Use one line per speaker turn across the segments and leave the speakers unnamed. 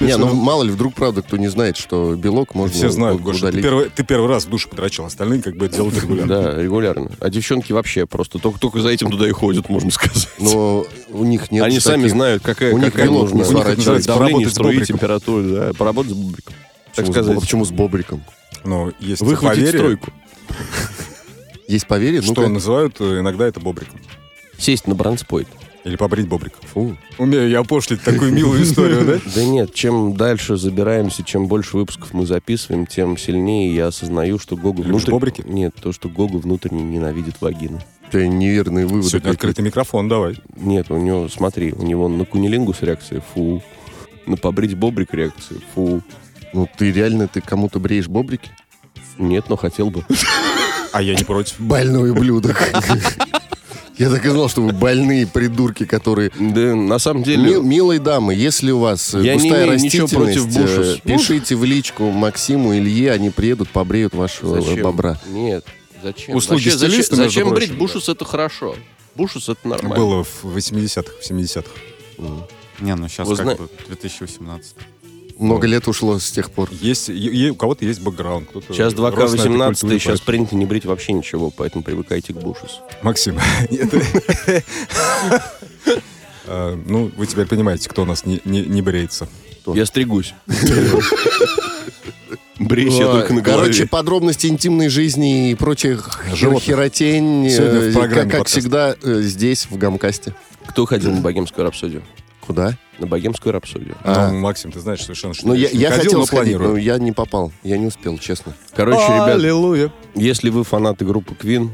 Не, ну
ну,
мало ли, вдруг, правда, кто не знает, что белок можно
Все знают,
у-
Гоша, ты
удалить.
первый, ты первый раз в душе подрочил, остальные как бы это делают регулярно.
Да, регулярно.
А девчонки вообще просто только, только за этим туда и ходят, можно сказать.
Но у них нет
Они сами
таких-
знают, какая,
у них
какая
белок
нужна.
не
У них это
сворачивается.
называется давление,
Поработать с
струи,
бобриком.
температуру, да, поработать с бобриком. Так
Почему с бо-
сказать,
Почему с бобриком?
Но есть
выхватить
поверье,
стройку.
Есть поверье?
что
Ну-ка.
называют э, иногда это бобриком.
Сесть на бронспойт.
Или побрить бобрик.
Фу.
Умею я опошлить такую милую историю, да?
Да нет, чем дальше забираемся, чем больше выпусков мы записываем, тем сильнее я осознаю, что Гогу
Любишь
внутрь-
бобрики?
Нет, то, что Гогу внутренне ненавидит вагины.
У тебя неверные выводы.
Сегодня
какие-то.
открытый микрофон, давай.
Нет, у него, смотри, у него на кунилингус реакция фу, на побрить бобрик реакция фу.
Ну, ты реально, ты кому-то бреешь бобрики?
Нет, но хотел бы.
А я не против.
Больной ублюдок. Я так и знал, что вы больные придурки, которые...
Да, на самом деле...
Мил- милые дамы, если у вас э,
Я не
густая
имею ничего
растительность,
против Буша.
э,
Ух.
пишите в личку Максиму, Илье, они приедут, побреют вашего
Зачем?
бобра.
Нет, зачем?
Услуги
Вообще, зачем,
стилиста, между
зачем
прочим,
брить? Бушус это хорошо. Бушус это нормально.
Было в 80-х, в 70-х.
Не, ну сейчас
Вы
как
зна-
бы 2018.
Много лет ушло с тех пор.
Есть, е- е- у кого-то есть бэкграунд. кто-то
Сейчас
рос на этой
2К18,
культуре,
сейчас принято не брить вообще ничего, поэтому привыкайте к Бушусу.
поэтому- Максим, это- Э, Ну, вы теперь понимаете, кто у нас не- не не бреется.
Я стригусь. Брейся я
А,
только на
Короче,
голове.
подробности интимной жизни и прочих
Животных.
херотень,
Сегодня в
э,
программе
как, как
подкаста.
всегда, э, здесь, в Гамкасте.
Кто ходил на богемскую рапсодию?
Куда?
На богемскую рапсодию.
А.
Ну, Максим, ты знаешь совершенно, что
Ну, я,
еще не
я
ходил,
хотел
но
сходить, но
планирую.
я не попал. Я не успел, честно. Ну,
Короче, ребят,
Аллилуйя.
если вы фанаты группы Queen,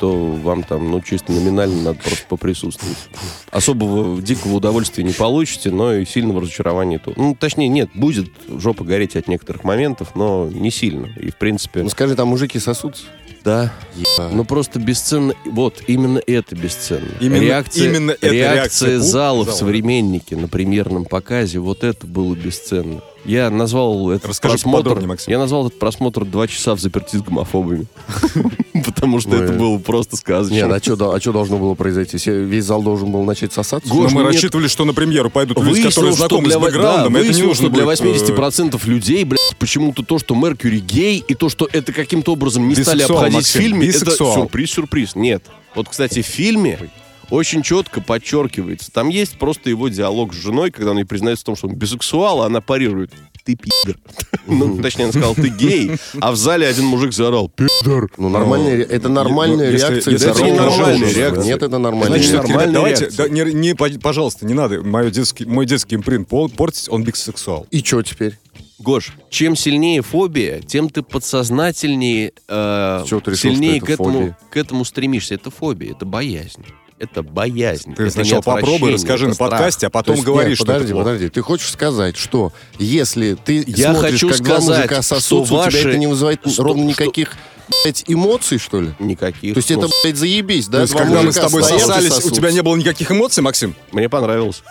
то вам там, ну, чисто номинально надо просто поприсутствовать. Особого дикого удовольствия не получите, но и сильного разочарования тут. Ну, точнее, нет, будет жопа гореть от некоторых моментов, но не сильно. И, в принципе,
Ну, скажи, там мужики сосутся?
да,
Еба.
Ну просто бесценно. Вот, именно это бесценно.
Именно-
реакция,
именно эта
реакция
реакция
зала в
зала.
современнике на премьерном показе, вот это было бесценно. Я назвал этот
Расскажи
просмотр...
поподробнее, Максим.
Я назвал этот просмотр два часа в заперти с гомофобами. Потому что
Ой.
это было просто
Нет, а
сказочно.
что должно было произойти? Се- Весь зал должен был начать сосаться?
Но
Гош,
мы
ну, нет.
рассчитывали, что на премьеру пойдут люди, которые
Выяснилось, что
знакомы с
для, во- да,
бэкграундом, и это не
выяснилось,
нужно
что для
будет, э,
80% людей, блядь, почему-то то, что Меркьюри гей, и то, что это каким-то образом не стали
Бисексуал,
обходить
Максим,
в фильме,
бисексуал.
это сюрприз-сюрприз. Нет. Вот, кстати, в фильме очень четко подчеркивается. Там есть просто его диалог с женой, когда он ей признается в том, что он бисексуал, а она парирует. Ты пидор. Ну, точнее, она сказала, ты гей. А в зале один мужик заорал. «Пи-».
Ну, нормальная, ре- это нормальная
если-
реакция.
если
это
здорового
ненормальная
мужа.
реакция.
Нет, это нормальная.
Значит,
Значит,
ребят,
нормальная
давайте, да,
реакция.
не, не, по- пожалуйста, не надо мой детский, мой детский импринт пол- портить, он биксексуал.
И что теперь?
Гош, чем сильнее фобия, тем ты подсознательнее, э,
С чего ты решил,
сильнее
что
к,
это
этому,
фобия?
к этому стремишься. Это фобия, это боязнь. Это боязнь.
Ты
это
сначала
не
попробуй,
отвращение,
расскажи
это
на
страх.
подкасте, а
То
потом
есть,
говори,
нет,
что
подожди,
это плохо.
подожди. Ты хочешь сказать, что если ты
Я
смотришь,
хочу
как два
сказать,
мужика
что
сосутся, у
ваши-
тебя это не вызывает
что-
ровно
что-
никаких блядь, эмоций, что ли?
Никаких.
То есть
Ну,
это, блядь, заебись, да?
То есть,
Два
когда мы с
мужика
тобой
стоят и
сосались, у
сосутся.
тебя не было никаких эмоций, Максим?
Мне понравилось.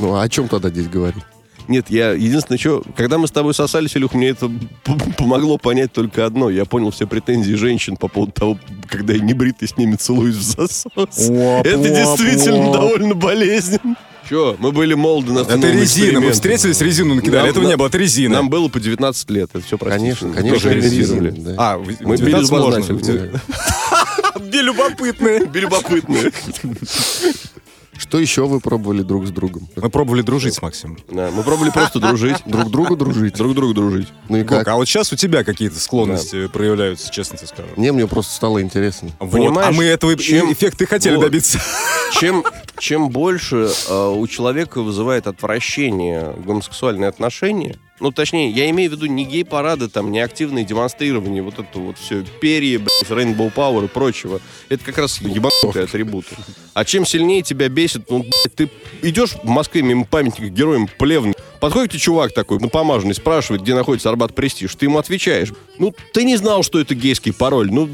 Ну, а о чем тогда здесь говорить?
Нет, я единственное, что, когда мы с тобой сосались, Илюх, мне это п- помогло понять только одно. Я понял все претензии женщин по поводу того, когда я небритый с ними целуюсь в засос. это действительно довольно болезненно. Че, Ну, мы были молоды на
Это резина, мы встретились, резину накидали,
Нам-
этого не было, это резина.
Нам было по 19 лет, это все
Конечно,
практически.
конечно,
тоже
это
резервировали.
резина, да.
А, в-
Мы
19
били
можно.
любознательно.
Белюбопытные.
Белюбопытные.
Что еще вы пробовали друг с другом?
Мы пробовали дружить с Максимом.
Да, Мы пробовали просто дружить. Друг другу дружить. Друг другу дружить.
Ну и
Гок,
как?
а вот сейчас у тебя какие-то склонности проявляются, честно тебе скажу.
Мне, мне просто стало интересно.
Вот, а
Понимаешь,
мы этого и-
чем-
эффекта и хотели
вот.
добиться.
чем, чем больше э, у человека вызывает отвращение гомосексуальные отношения, ну, точнее, я имею в виду не гей-парады, там, не активные демонстрирования, вот это вот все, перья, блядь, Rainbow Power и прочего. Это как раз ебанутые атрибуты. А чем сильнее тебя бесит, ну, блядь, ты идешь в Москве мимо памятника героям плевны, подходит тебе чувак такой, напомаженный, спрашивает, где находится Арбат Престиж, ты ему отвечаешь, ну, ты не знал, что это гейский пароль, ну,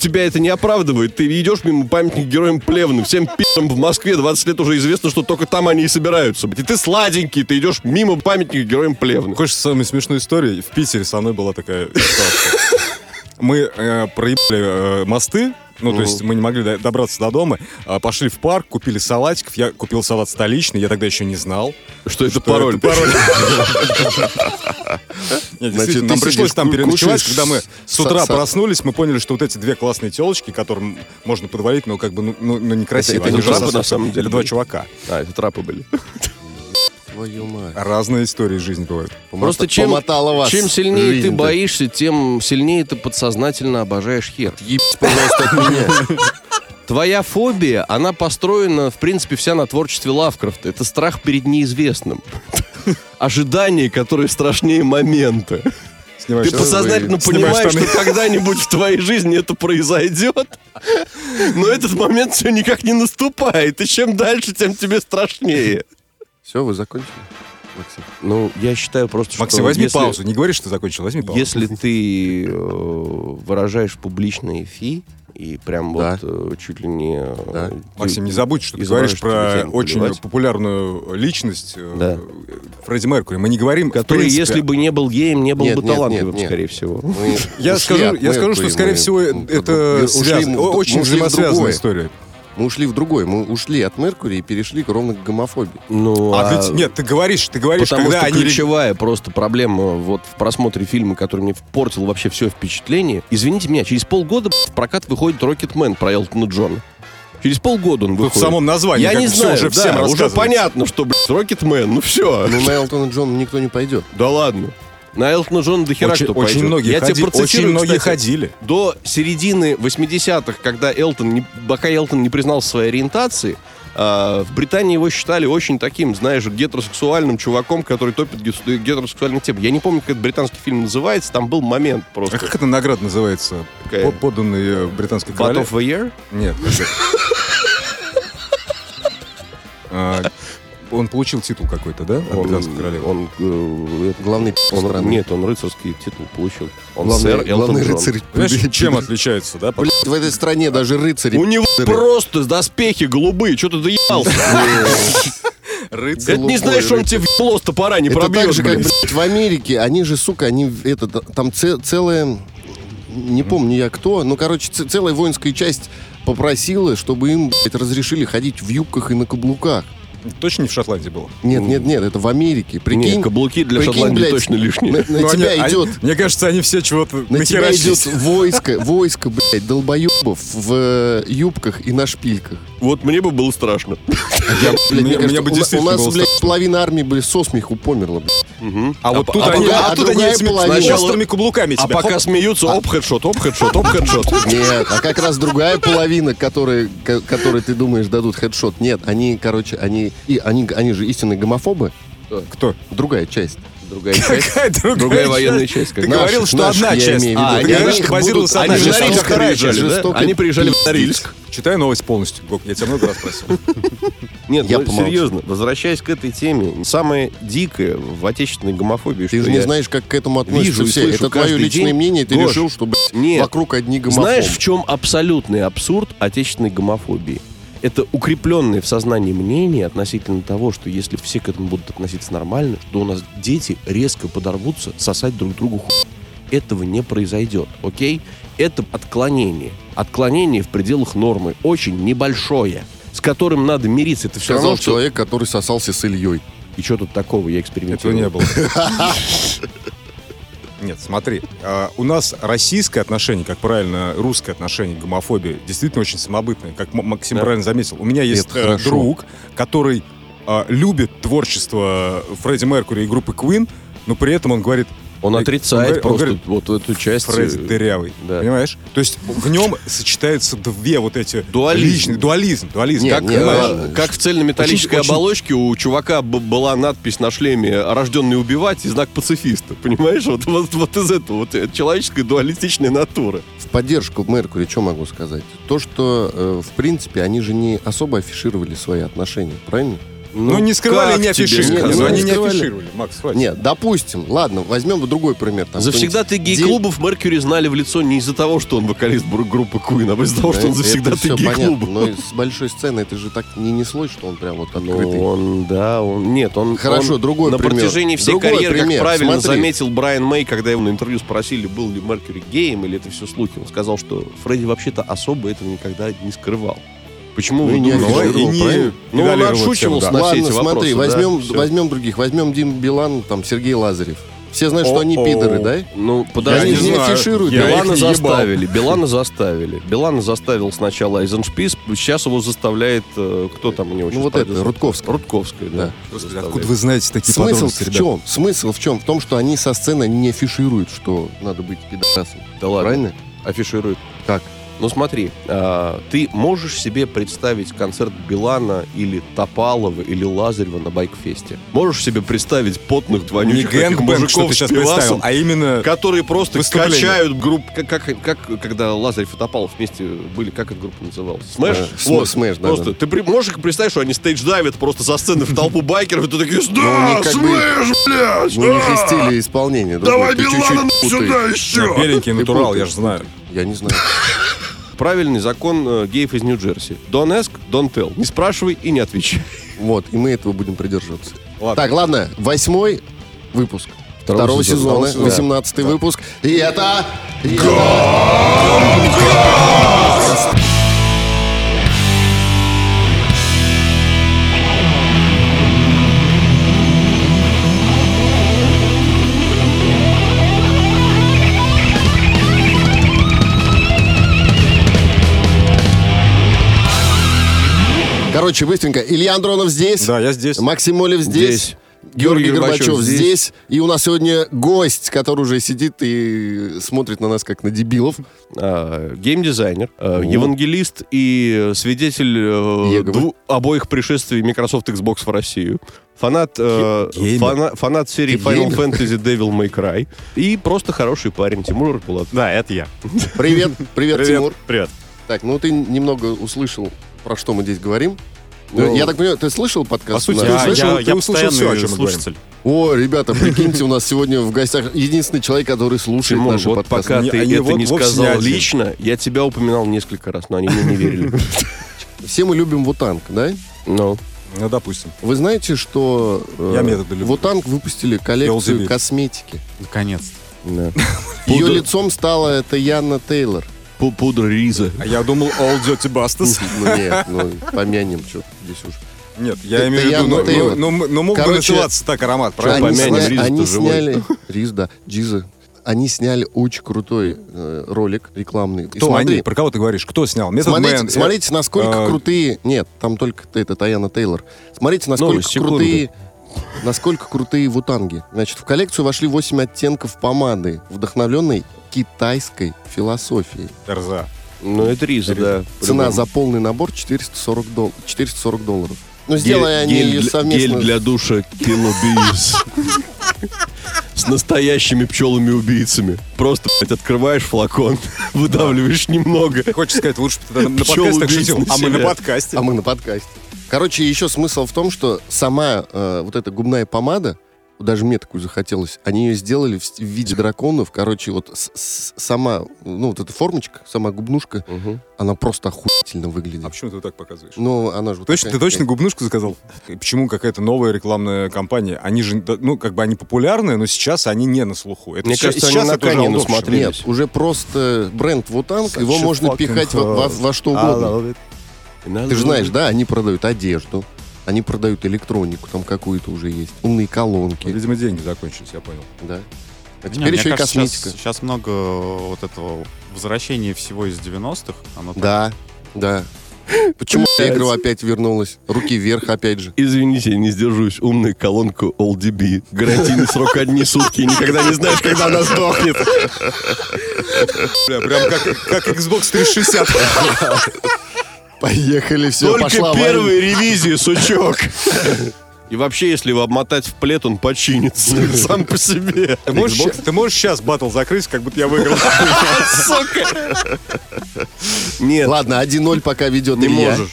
тебя это не оправдывает, ты идешь мимо памятника героям плевны, всем пи***ам в Москве 20 лет уже известно, что только там они и собираются быть, и ты сладенький, ты идешь мимо памятника героям плевны.
Хочешь самую смешную историю? В Питере со мной была такая ситуация. мы э, проебали э, мосты, ну, то
Мгм.
есть мы не могли до- добраться до дома, а, пошли в парк, купили салатиков, я купил салат столичный, я тогда еще не знал.
Что это
что
пароль?
это пароль.
Значит,
Нет, действительно,
ты
нам пришлось
сидишь,
там
ку-
переночевать,
кушаешь
когда мы с
са-
утра
са-
проснулись, мы поняли, что вот эти две классные телочки, которым можно подвалить, но как бы, ну, ну, ну, некрасиво.
Это- это
Они
не
же
жабы,
сосут.
на самом деле,
Это два
были.
чувака.
А, это трапы были.
Твою мать.
Разные истории жизни бывают.
Просто
Помота-
чем,
помотала вас
чем сильнее ты
жизнь-то.
боишься, тем сильнее ты подсознательно обожаешь хер.
Ебись, пожалуйста, от меня.
Твоя фобия, она построена, в принципе, вся на творчестве Лавкрафта. Это страх перед неизвестным. Ожидание, которое страшнее момента.
Снимаешь
Ты
штаны.
подсознательно
Снимаешь
понимаешь,
штаны.
что когда-нибудь в твоей жизни это произойдет, но этот момент все никак не наступает. И чем дальше, тем тебе страшнее.
Все, вы закончили? Максим.
Ну, я считаю просто, что...
Максим, возьми
если-
паузу. Не говори, что закончил, возьми паузу.
Если ты э, выражаешь публичные фи и прям
Да.
вот э, чуть ли не... э,
Да.
ты-
Максим, не забудь, что ты
И забываешь,
говоришь
что тебя
про
не
очень
поливать.
популярную личность э,
Да.
Фредди Меркури. Мы не говорим, в
Который,
принципе,
если бы не был геем, не был
Нет,
бы
нет, нет,
талантливым,
нет.
скорее всего.
Мы
Я
ушли
скажу,
от
я скорее,
Меркури,
что, скорее
мы,
всего,
ну, как бы,
это
ушли
связ-
мы в-
о- очень
мы ушли в
взаимосвязанная
другое.
история.
Мы ушли в другой. Мы ушли от Меркурия и перешли к- ровно к гомофобии.
Ну,
А
а
ведь- нет, ты говоришь, ты говоришь,
Потому
когда
что
они...
ключевая просто проблема вот в просмотре фильма, который мне портил вообще все впечатление. Извините меня, через полгода в прокат выходит Рокетмен про Элтона Джона. Через полгода он
Тут
выходит.
в самом названии
Я
как
не
бы всё
знаю,
уже
да,
всем
уже
рассказывается.
понятно, что, блядь, Рокетмен, ну все.
Но на Элтона Джона никто не пойдет.
Да ладно. На Элтона Джона до хера
Очень,
кто
очень
пойдет.
многие,
Я
ходи-
тебе
очень
процитирую,
многие
кстати,
ходили.
До середины 80-х, когда Элтон, не- пока Элтон не признал своей ориентации, а, в Британии его считали очень таким, знаешь, гетеросексуальным чуваком, который топит гес- гетеросексуальные темы. Я не помню, как этот британский фильм называется, там был момент
А
просто.
как эта награда называется?
Какая?
По- Подданный э, британской королеве?
Butt of the Year?
Нет. А, Он получил титул какой-то, да? от британской королевы?
он, э, это-
Главный пи***
он-
страны.
нет, он рыцарский титул получил. Он сэр
главный,
Элтон
главный
Джон.
рыцарь.
Понимаешь, чем отличается, да? потом?
Блядь, в этой стране даже рыцари.
У него
пидоры.
просто доспехи голубые, что ты доебался?
Рыцарь.
Это не
Голубой
знаешь, он
рыцарь.
тебе в ебло с топора не
Это так
пробьешь,
же, как,
блядь.
блядь, в Америке, они же, сука, они, в- это, т- там це- целая, не помню я кто, но, короче, ц- целая воинская часть попросила, чтобы им, блядь, разрешили ходить в юбках и на каблуках.
Точно не в Шотландии было?
Нет, нет, нет, это в Америке. Прикинь,
Не, каблуки для
прикинь,
Шотландии
блядь,
точно лишние.
На, на
Ну,
тебя
они- они-
идет...
Мне кажется, они все чего-то
На тебя
нахерачились.
идет войско, войско, блядь, долбоебов в э, юбках и на шпильках.
Вот мне бы было страшно.
Я-
Блядь, мне
мне-
кажется,
мне
у
бы
на- у,
действительно было
нас, блядь,
страшно.
половина армии, блядь, со смеху померла, блядь.
А вот тут
а
они,
другая-
а тут
а
они
другая
этими
половина-
острыми каблуками
А
тебя,
пока
хоп.
смеются, оп, хедшот, оп, хедшот, оп, хедшот.
Нет, а как раз другая половина, которые, ко- которые ты думаешь дадут хедшот. Нет, они, короче, они, и они, они же истинные гомофобы.
Кто?
Другая часть.
Другая часть.
Какая другая,
Другая военная часть.
Ты
как бы.
Наших,
говорил, что
наших,
одна
я
часть.
имею в виду.
А,
Они
ты
на
говоришь,
них
что
будут-
базировался
они
одна
Они же
же
в
часть. а
жестокая
Норильск
приезжали,
вторая
приезжали,
часть.
да?
да?
жестокая
Они приезжали в
пиздец.
Норильск.
Читаю новость полностью. Гок, я тебя много раз просил.
Нет,
Я
ну,
помолчу.
серьезно, возвращаясь к этой теме, самое дикое в отечественной гомофобии,
Ты
что
же не
я-
знаешь, как к этому относятся
Вижу и
все.
слышу
Это твое
каждый
личное
день.
мнение, и ты
Гош,
решил, что блядь,
нет.
вокруг одни гомофобы.
Знаешь, в чем абсолютный абсурд отечественной гомофобии? Это укрепленное в сознании мнение относительно того, что если все к этому будут относиться нормально, то у нас дети резко подорвутся сосать друг другу хуй. Этого не произойдет, окей? Это отклонение. Отклонение в пределах нормы. Очень небольшое. С которым надо мириться. Это
все
все
равно человек, который сосался с Ильей.
И что тут такого? Я
Этого
экспериментирую.
не было. Нет, смотри, а, у нас российское отношение, как правильно, русское отношение к гомофобии действительно очень самобытное, как М- Максим
Да.
правильно заметил. У меня есть
Это
э,
хорошо.
друг, который а, любит творчество Фредди Меркури и группы Queen, но при этом он говорит, э,
Он отрицает
Он говорит- он
просто вот эту часть.
Фредди
э,
дырявый.
да.
Понимаешь? То есть в нем сочетаются две вот эти
Дуализм.
личные- дуализм, дуализм.
Не,
как,
не,
знаешь,
ладно.
Э, Как в цельнометаллической
Очень- очень-
оболочке у чувака б- была надпись на шлеме «Рожденный убивать» и знак пацифиста. Понимаешь? Вот, вот, вот из этого, вот э, человеческой дуалистичной натуры.
В поддержку Меркури, что могу сказать? То, что, э, в принципе, они же не особо афишировали свои отношения, правильно?
Ну, не скрывали,
как
не
тебе
афишировали.
сказать?
Ну, они
Не
не
скрывали.
афишировали. Макс, хватит.
Нет, допустим, ладно, возьмем другой пример. Там
Завсегда ты
какой-нибудь
гей-клубов Меркьюри знали в лицо не из-за того, что он вокалист бру- группы Queen, а из-за того,
День-
что он
Это
завсегда ты
всё понятно, Ну,
гей-клубов.
Но и с большой сцены это же так не неслось, что он прям вот открытый.
Ну, он, да, он... Нет, он...
Хорошо,
он
другой
На
пример.
протяжении всей
Другой
карьеры,
пример,
как правильно
смотри.
заметил Брайан Мэй, когда его на интервью спросили, был ли Меркьюри геем или это все слухи, он сказал, что Фредди вообще-то особо этого никогда не скрывал. Почему
Ну,
вы
и не
Ну,
думаете?
афишировал.
и не
правильно.
Ну, он
педалировал
отшучивался,
всем,
на все
Ладно,
эти
смотри,
вопросы,
возьмем,
да, всё.
возьмем других. Возьмем Дим Билан, там Сергей Лазарев. Все знают, что они
О-о.
пидоры, да?
Ну,
Я
подожди,
не знаю. Я
Билана заставили, Билана заставили. Билана заставил сначала Айзеншпис, сейчас его заставляет, э, кто там у него
Ну вот это, Рудковский.
Рудковская, да.
Да.
Господи,
заставляет.
откуда вы знаете такие
Смысл
подробности,
в
ребят?
чем? Смысл в чем? В том, что они со сцены не афишируют, что надо быть пидорасом.
Да ладно,
Правильно?
афиширует.
Как?
Ну смотри, а, ты можешь себе представить концерт Билана или Топалова или Лазарева на Байкфесте? Можешь себе представить потных,
Не
двонючих этих
гэнгбэнг, что
мужиков
ты
с
сейчас представил,
пивасом,
а именно...
которые просто
Выступление.
качают группу, как, как, как когда Лазарев и Топалов вместе были, как эта группа называлась? Смэш?
Э, См- Смэш, да,
Просто,
да.
ты при- можешь представить, что они стейдж-давят просто со сцены в толпу байкеров, и ты такие,
Ну,
да,
они как бы-
Смэш, блядь,
Ну, у них и
а!
стили исполнения. другой,
давай
ты
Билана
чуть-чуть
сюда
путаешь.
еще!
Беленький
Ты
натурал,
путаешь.
я же знаю.
Я не знаю.
Правильный закон э, геев из Нью-Джерси. Don't ask, don't tell. Не спрашивай и не отвечай.
Вот, и мы этого будем придерживаться.
Ладно.
Так, ладно, восьмой выпуск. Второго, сезона,
Второго сезона.
18 выпуск. И это... Короче, быстренько. Илья Андронов здесь.
Да, я здесь.
Максим Олев здесь.
Здесь.
Георгий Горбачев здесь.
здесь.
И у нас сегодня гость, который уже сидит и смотрит на нас как на дебилов.
А, геймдизайнер, а, евангелист и э, свидетель э,
Еговы.
дву- обоих пришествий Microsoft Xbox в Россию. Фанат, э,
Геймер.
фана- фанат серии
Ты
Final
геймер?
Fantasy Devil May Cry. И просто хороший парень Тимур Аркулат.
Да, это я.
Привет, привет, Тимур.
Привет.
Так, ну ты немного услышал, про что мы здесь говорим. Ну,
Ну,
я так понимаю, ты слышал подкаст?
По
наш?
сути, Ты да.
Я,
услышал-
я,
ты
я
услышал всё, о
постоянный
чём мы говорим.
слушатель.
О, ребята, прикиньте, у нас сегодня в гостях единственный человек, который слушает
Тимур,
наши
вот
подкасты.
пока
Не-
ты
они
это
вот
не
вовсе не
сказал
один.
лично, я тебя упоминал несколько раз, но они мне не верили.
Все мы любим Вутанг, да?
Ну,
Ну, допустим.
Вы знаете, что э,
Я методы люблю.
Вутанг выпустили
Я
коллекцию
Ultimate.
косметики.
Наконец-то.
да.
Ее
Буду-
лицом стала это Яна Тейлор.
Пу- Пудра Риза.
А я думал All Dirty Bastards.
Ну нет, ну помянем, что здесь уж.
Нет, я
Это
имею в
я
виду, ну,
Мотеева.
ну, ну, м- ну, мог бы
Короче,
называться так аромат, правильно?
Они,
помянем,
сня-
Риза-то
они
живой.
сняли... Риз, да, Джиза. Они сняли очень крутой э, ролик рекламный. И
Кто
смотри,
они? Про кого ты говоришь? Кто снял? Method
Смотрите,
Man,
смотрите, насколько
А,
э,
крутые... Нет, там только это, Таяна Тейлор. Смотрите, насколько
Новость, Ну, секунду.
крутые... Насколько крутые вутанги. Значит, в коллекцию вошли 8 оттенков помады, вдохновленной китайской философией.
э, РЗА.
Ну, это Риза, да.
Цена
по-любому.
за полный набор 440, дол- 440 долларов. Ну, сделай они ее
для-
совместно.
гель для душа Киллобиз. С настоящими пчелами-убийцами. Просто, блядь, открываешь флакон, выдавливаешь немного.
Хочешь сказать, лучше бы ты тогда на на
Пчёл
подкастах
убийц
шутил.
на
А мы
себя.
на подкасте.
А мы на подкасте. Короче, еще смысл в том, что сама э, вот эта губная помада, даже мне такую захотелось, они ее сделали в, с- в виде драконов. Короче, вот с- с- сама, ну вот эта формочка, сама губнушка, она просто охуительно выглядит.
А почему ты так показываешь?
Ну, она же вот
Точно, ты
такая-
точно губнушку заказал? И Почему какая-то новая рекламная кампания? Они же, да, ну, как бы они популярные, но сейчас они не на слуху. Это
Мне
сейчас-
кажется, они
сейчас
на
это уже
Канину
удобно.
смотрят.
Нет, уже просто бренд Вутанг, его
Such a
можно
fucking
пихать во, во- во что
А,
угодно. Ты же знаешь, да, они продают одежду, они продают электронику, там какую-то уже есть, умные колонки,
Видимо, деньги закончились, я понял.
да. А
Не,
теперь
мне
еще и
кажется,
косметика.
Сейчас, сейчас много вот этого возвращения всего из 90-х. Оно так-
Да, да. Почему Тигрова опять вернулась? Руки вверх опять же.
Извините, я не сдержусь. Умная колонка OldDB. Гарантийный срок одни сутки. И Никогда не знаешь, когда она сдохнет.
Бля, прям как, как Xbox 360.
Поехали, все,
Только
пошла
первые ревизии, сучок. И вообще, если его обмотать в плед, он починится сам по себе.
Ты можешь, щас- ты можешь сейчас батл закрыть, как будто я выиграл.
Сука. Нет,
Ладно, 1-0 пока ведет
не
Илья.
можешь.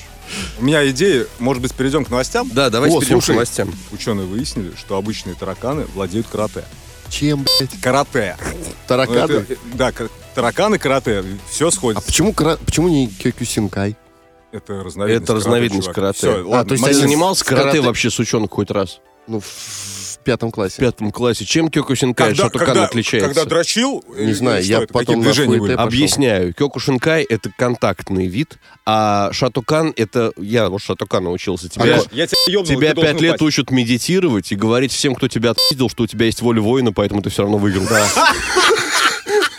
У меня идея, может быть, перейдем к новостям.
Да, давайте
О,
перейдем к
слушай.
новостям.
Ученые выяснили, что обычные тараканы владеют карате.
Чем, блядь?
Карате. Ну,
Тараканы?
это- да, к- тараканы, карате, все
А
сходится.
почему, кра- почему не Кёкюсинкай?
Это разновидность
Это разновидность карате.
Все,
А,
ладно,
то есть
Ты
Максим,
Они
занимался
с карате-
карате вообще, сучонок, хоть раз?
Ну, в, в пятом классе.
В пятом классе. Чем кёкусинкай
когда,
от шотокан
когда-
отличается?
когда дрочил,
Не
э,
знаю,
что
я
это,
потом на
какие движения
хуй
были?
тэп. пошел.
Объясняю. Кёкушинкай — это контактный вид, а шатукан — это... Я вот шатукана учился.
А,
Тебя,
я- я тебя ёбнул,
тебя
ты должен
пять лет
упасть.
учат медитировать и говорить всем, кто тебя отпиздил, что у тебя есть воля воина, поэтому ты все равно выиграл.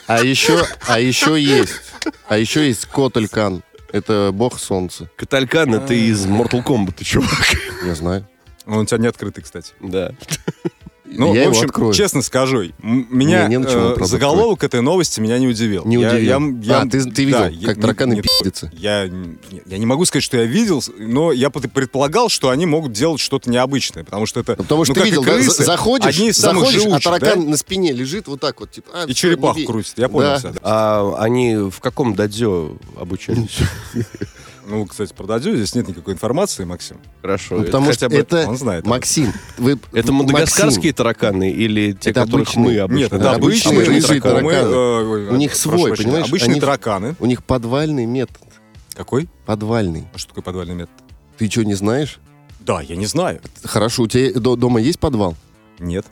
А еще, а еще есть, а еще есть Котелькан. Это бог солнца.
Каталькан — это из Mortal Kombat, чувак.
Я знаю.
Он у тебя не открытый, кстати.
Да.
Ну,
я
в
его
общем,
открою.
честно скажу, м- меня
Не, не на чем
э,
он, правда,
заголовок этой новости меня не удивил.
Не
Я-
удивил.
я- я-
а, ты, ты видел,
да, я-
как
не-
тараканы
не-
пиздятся?
Я, не- я не могу сказать, что я видел, но я под- предполагал, что они могут делать что-то необычное, потому что это...
Ну, потому что
ну,
ты
как и
видел, да,
крысы,
за- заходишь,
одни из самых
заходишь, а
живучих,
таракан
да?
на спине лежит вот так вот, типа. а,
И
всё, не
черепаху
бей.
крутит, я понял
Да.
всё, да.
А они в каком дадзё обучались?
Ну, кстати, про дадзю здесь нет никакой информации, Максим.
Хорошо.
Ну, потому
хотя
что
бы-
это
он знает.
Максим. вы-
Это
Максим,
мадагаскарские тараканы или те,
Это
которых
обычные.
мы обычно?
Нет, это
да,
обычные,
обычные
рыжие
тараканы.
тараканы. Мы, э,
У них
прошу
свой,
прощения,
понимаешь,
Обычные
они-
тараканы.
У них подвальный метод.
Какой?
Подвальный.
А что такое подвальный метод?
Ты что, не знаешь?
Да, я не знаю.
Хорошо, у тебя до- дома есть подвал?
Нет.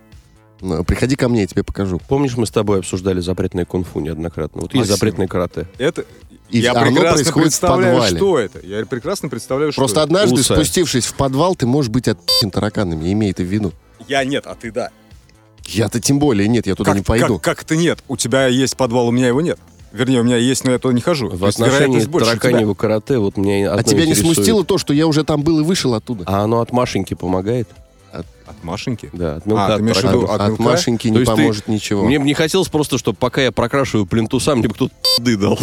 Ну, Приходи ко мне, я тебе покажу.
Помнишь, мы с тобой обсуждали запретное кунг-фу неоднократно? Вот есть
Максим.
запретное карате.
Это...
И
я
оно
прекрасно
происходит в
представляю,
подвале.
что это. Я прекрасно представляю, что
Просто
это.
однажды,
Лысая.
спустившись в подвал, ты можешь быть отпущен тараканами, имей это в виду.
Я нет, а ты да.
Я-то тем более нет, я туда
как,
не пойду.
Как, как ты нет? У тебя есть подвал, у меня его нет. Вернее, у меня есть, но я туда не хожу.
В
То есть
отношении
вероятность больше у тебя.
тараканьего карате вот мне
а тебя не смустило то, что я уже там был и вышел оттуда?
А оно от Машеньки помогает?
От Машеньки?
Да, от мелка
А,
от
ты имеешь в
От,
таракана.
виду- от
от
мелка?
Машеньки
То
не
есть ты-
поможет ничего.
Мне бы не хотелось просто, чтобы пока я прокрашиваю плинту, сам мне бы кто-то пизды дал.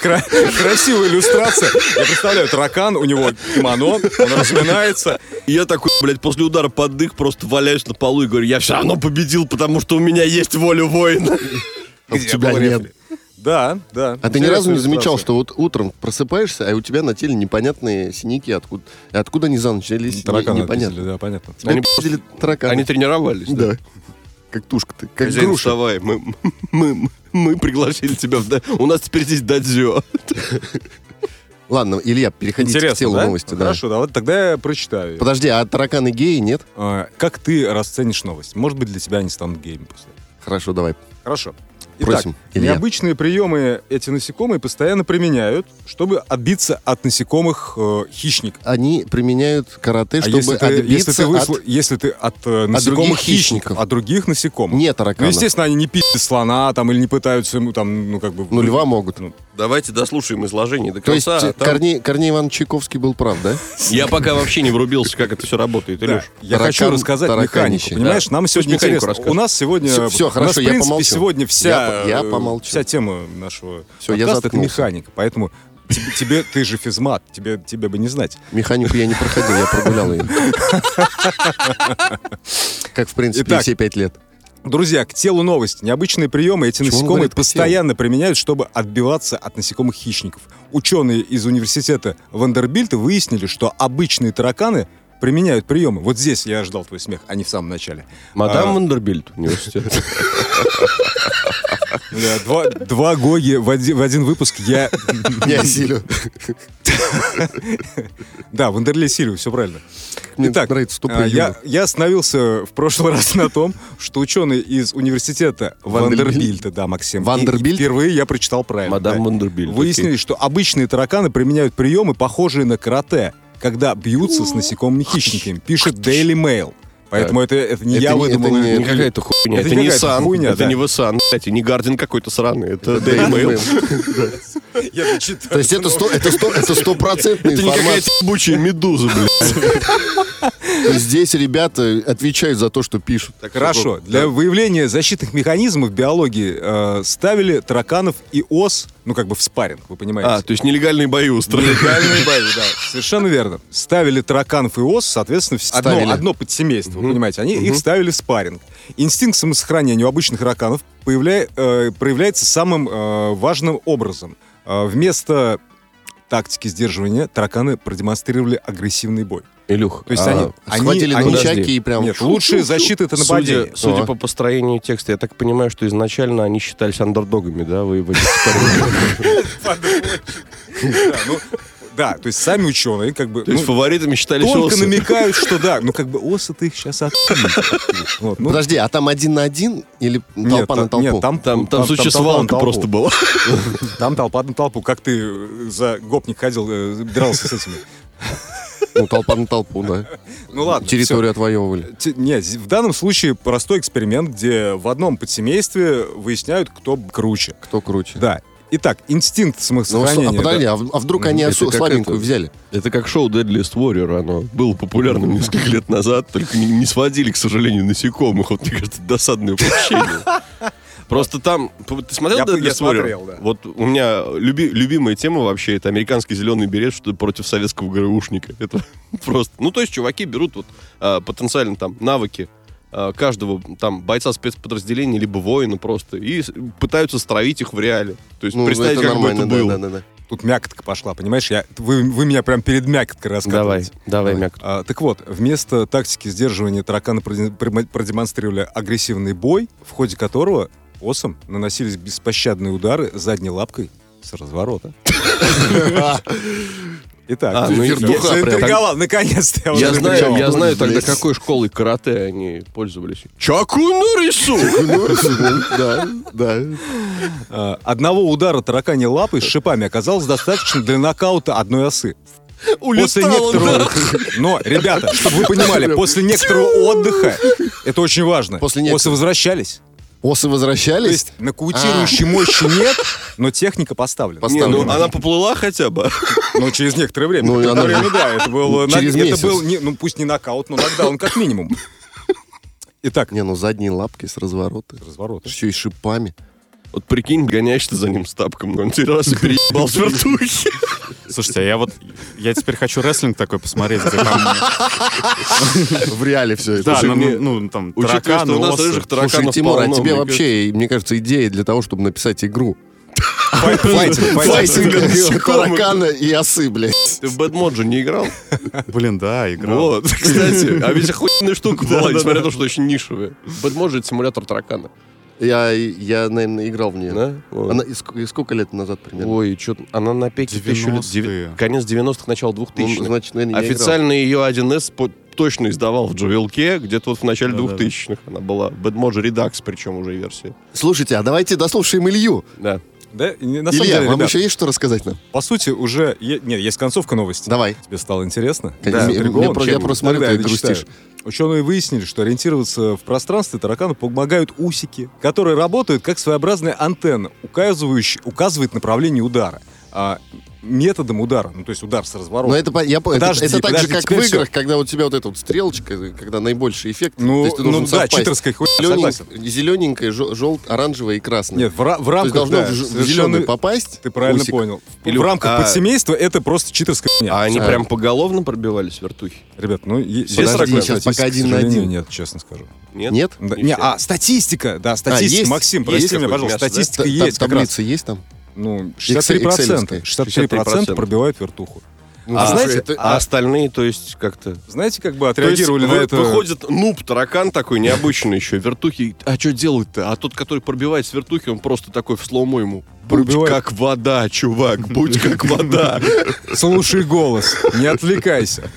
Кра- Красивая иллюстрация. Я представляю, таракан, у него кимоно, он разминается.
И Я такой, блядь, после удара под дых просто валяюсь на полу и говорю, я все равно победил, потому что у меня есть воля воина.
А у
Где
тебя
был
нет.
рефери? Да, да.
А ты ни разу не
Интересная
замечал,
иллюстрация.
что вот утром просыпаешься, а у тебя на теле непонятные синяки, откуда, и откуда они за ночь взялись,
Тараканы
не- непонятно.
отпиздили, да, понятно.
Тебя
Они
пиздили тараканы.
Они тренировались.
Да. Как тушка ты, как
Хозяин,
груша.
вставай, мы, мы, мы пригласили тебя в... да- У нас теперь здесь дадзё.
Ладно, Илья, переходи к
Интересно,
телу
да?
новости. Да.
Хорошо, давай тогда я прочитаю. её.
Подожди, а тараканы геи нет?
А, Как ты расценишь новость? Может быть, для тебя они станут геями после. этого.
Хорошо, давай.
Хорошо. Итак,
Просим, Илья.
необычные приемы эти насекомые постоянно применяют, чтобы отбиться от насекомых э, хищников.
Они применяют карате,
А
чтобы
если ты,
отбиться
если ты,
от...
высла- если ты от э, насекомых
других
хищников,
хищников.
от других насекомых.
Не
Ну,
тараканов.
естественно, они не пи***ят слона там или не пытаются ему там, ну, как бы...
Ну, льва могут.
Ну,
Давайте дослушаем изложение до
То есть
конца. а там-
Корней, Корней Иванович Чайковский был прав, да?
Я пока вообще не врубился, как это все работает,
да.
Илюш.
Я
таракан-
хочу рассказать
тараканище.
механику, понимаешь?
Да.
Нам сегодня
механику
интересно.
расскажешь.
У нас сегодня...
Всё, всё,
у нас,
хорошо,
в
я
принципе,
помолчу.
сегодня
Я-
вся...
я
э,
помолчу.
Вся тема нашего
Всё, я
подкаста — это
заткнулся.
механика. Поэтому тебе, тебе- ты же физмат, тебе, тебе бы не знать.
Механику я не проходил, я прогулял ее. Как, в принципе, и
Итак.
все пять лет.
Друзья, к телу новость. Необычные приемы эти
Почему он
насекомые
говорит «к телу»?
постоянно применяют, чтобы отбиваться от насекомых хищников. Ученые из университета Вандербильта выяснили, что обычные тараканы применяют приемы. Вот здесь я ждал твой смех, а не в самом начале.
Мадам
А.
Вандербильт университет.
Бля, Два, два Гоги в оди- в один выпуск я...
Я осилю.
Да, Вандерлей Сириус, все правильно.
Мне
Итак,
нравится
а,
тупой
я,
юмор.
я остановился в прошлый раз на том, что ученые из университета
Вандербильт?
Вандербильта, да, Максим, и- и
Вандербильт?
впервые я прочитал правильно. да.
Мадам Вандербильт.
Выяснили, что обычные тараканы применяют приемы, похожие на карате, когда бьются с насекомыми хищниками, пишет Daily Mail. Поэтому это, это не
Это
я
не- это
выдумал.
не-
Не какая-то хуйня.
Это
Это
не
не
какая-то
Сан,
хуйня,
это
да.
не Весан, кстати, не Гардин какой-то сраный, это
Да,
Daily Mail.
Я дочитаю.
То есть это сто- это сто- это стопроцентная
Это не какая-то
информация.
ебучая медуза, блядь.
То есть Здесь ребята отвечают за то, что пишут.
Хорошо. Для выявления защитных механизмов биологии э, ставили тараканов и ос, ну как бы в спарринг, вы понимаете.
А, то есть нелегальные бои устроили.
Нелегальные бои, да. Совершенно верно. Ставили тараканов и ос, соответственно, в-
Ставили.
одно, одно подсемейство, вы понимаете. Они их ставили в спарринг. Инстинкт самосохранения у обычных тараканов появля- э, проявляется самым э, важным образом. Э, вместо тактики сдерживания тараканы продемонстрировали агрессивный бой.
Илюх,
То есть
а,
они-
Схватили
они-
нунчаки и прям...
Нет, ну- лучшая защита это
Судя,
нападение.
судя
А.
по построению текста, я так понимаю, что изначально они считались андердогами, да, вы в этих историях?
Да, ну, да, то есть сами ученые как бы
То есть
ну,
фаворитами считались
тонко
осы.
намекают, что да, ну как бы осы ты их сейчас Вот, ну,
Подожди, а там один на один или
нет,
толпа
та-
на толпу?
Нет, там,
Там, там, сучья
толпа на
свалка
толпу.
просто была.
Там толпа на толпу. Как ты э, за гопник ходил, э, дрался с этими?
Ну, толпа на толпу, да.
Ну ладно, всё.
Территорию отвоевывали.
Те- Нет, зи- в данном случае простой эксперимент, где в одном подсемействе выясняют, кто б- круче.
Кто круче?
Да. Итак, инстинкт
Ну, а
самосохранения.
с- а подожди, а в- а вдруг они
Это
осу-
как
слабенькую
это?
взяли?
Это как шоу Deadliest Warrior, оно было популярным несколько лет назад, только не, не сводили, к сожалению, насекомых. Вот, мне кажется, досадное упущение. Просто там... п- Ты смотрел
Я п-
Deadliest
я смотрел,
Warrior?
да.
Вот у меня люби- любимая тема вообще, это американский зеленый берет что против советского ГРУшника. Это просто... Ну, то есть чуваки берут вот а, потенциально там навыки а, каждого там бойца спецподразделения, либо воина просто, и с- пытаются стравить их в реале. То есть
Ну,
представить,
это
как бы это
нормально, да,
было.
да, да, да.
да. Тут мякотка пошла, понимаешь? Я, вы, вы меня прям перед мякоткой рассказываете.
давай,
А, так вот, вместо тактики сдерживания тараканы проде- премо- продемонстрировали агрессивный бой, в ходе которого осам наносились беспощадные удары задней лапкой с разворота. Итак,
А,
ты-
ну,
я
вертуха прям.
заинтриговал, наконец-то.
Я
уже
знаю,
заинтриговал.
я знаю
Блядь.
тогда, какой школой карате они пользовались. Чакунорису!
Ну, Да, да.
А, Одного удара таракани лапой с шипами оказалось достаточно для нокаута одной осы. После
ну,
некоторого... Но, ребята, чтобы вы понимали, после некоторого отдыха, это очень важно,
После
осы
некоторого.
возвращались.
Осы
То
возвращались?
есть нокаутирующей
А.
мощи нет, но техника поставлена.
Пос-
Не, ну
Поставлено.
она поплыла хотя бы.
Но через некоторое время.
Ну, и
Некоторое
она
время, да, это был, э,
Через
нок- это
месяц.
был не- ну пусть не нокаут, но нокдаун как минимум. Итак,
Не, ну задние лапки с разворота.
разворот.
Еще и шипами.
Вот прикинь, гоняешься за ним с тапком, но он тебе раз и переебал с вертухи.
Слушайте, а я вот... Я теперь хочу рестлинг такой посмотреть, где там...
В реале все это.
Да,
Слушай,
ну,
мне-
ну, ну, там,
Учитывая,
тараканы,
что у нас
осы.
рыжих
Слушай,
тараканов
Тимур, а
полно,
тебе
мне
вообще, мне кажется, идея для того, чтобы написать игру.
Фай- Файтинг,
Файтинг.
файтинг.
Таракана и осы, блядь.
кажется, Ты в Бэтмоджа не играл?
Блин, да, играл.
Вот, кстати. А ведь охуенная штука была, несмотря на то, что очень нишевая. Бэтмоджа — это симулятор таракана.
Я, я, наверное, играл в нее.
Да? Вот.
Она, и ск- и сколько лет назад примерно?
Ой, что она на пике тысячу лет...
90-е.
дев- Конец 90-х, начало
Ну,
2000-х.
значит, наверное, я играл.
Официально ее 1С по- точно издавал в Джувелке, где-то вот в начале
Да-да-да.
2000-х она была. Бэдмоджи Редакс, причем уже версия.
Слушайте, а давайте дослушаем Илью.
Да.
Да, и на самом
Илья,
деле,
вам
ребят,
еще есть что рассказать нам?
по сути, уже... е- Нет, есть концовка новости.
Давай.
Тебе стало интересно?
Конечно, мне-
заинтригован
мне про- я
чем?
просто смотрю,
Тогда
ты
я
грустишь.
дочитаю. Ученые выяснили, что ориентироваться в пространстве таракану помогают усики, которые работают как своеобразная антенна, указывающая, указывает направление удара. А, методом удара, ну то есть удар с разворота.
Но это, по- я, по- это-
Подожди,
это, так
подожди,
же, как
теперь
в
всё.
играх, когда у тебя вот эта вот стрелочка, когда наибольший эффект.
ну,
то есть ты
ну
должен
да,
совпасть.
читерская хуйня, согласен.
Зелененькая, желтая, оранжевая и красная.
Нет, в, ра- в
то есть
рамках...
должно
да,
в, ж- в
совершенно-
зеленый попасть.
Ты правильно
усик.
понял. В-
Илюх,
в рамках
а-
подсемейства это просто читерская хуйня.
А они
а-
прям поголовно пробивались вертухи?
Ребят, ну... е-
Подожди,
есть такое,
сейчас
кстати,
пока
есть, к
один на
сожалению,
один.
Нет, честно скажу.
Нет?
Нет?
Да,
И
не,
всё.
а, статистика, да, статистика,
есть?
Максим,
Есть
простите меня,
какое-то
пожалуйста,
мясо, да?
статистика
Та-
есть
там
как раз.
таблица есть там?
Ну,
Excel-ивская.
63%, 63% пробивают вертуху.
Ну,
А,
слушай,
знаете,
это-
А остальные, то есть, как-то...
Знаете, как бы
То есть
отреагировали
вы-
на это?
Выходит нуб, таракан такой необычный еще, вертухи. А что делать-то? А тот, который пробивает с вертухи, он просто такой в слоумо ему. Будь
Пробивает.
как вода, чувак, будь как вода.
Слушай голос, не отвлекайся.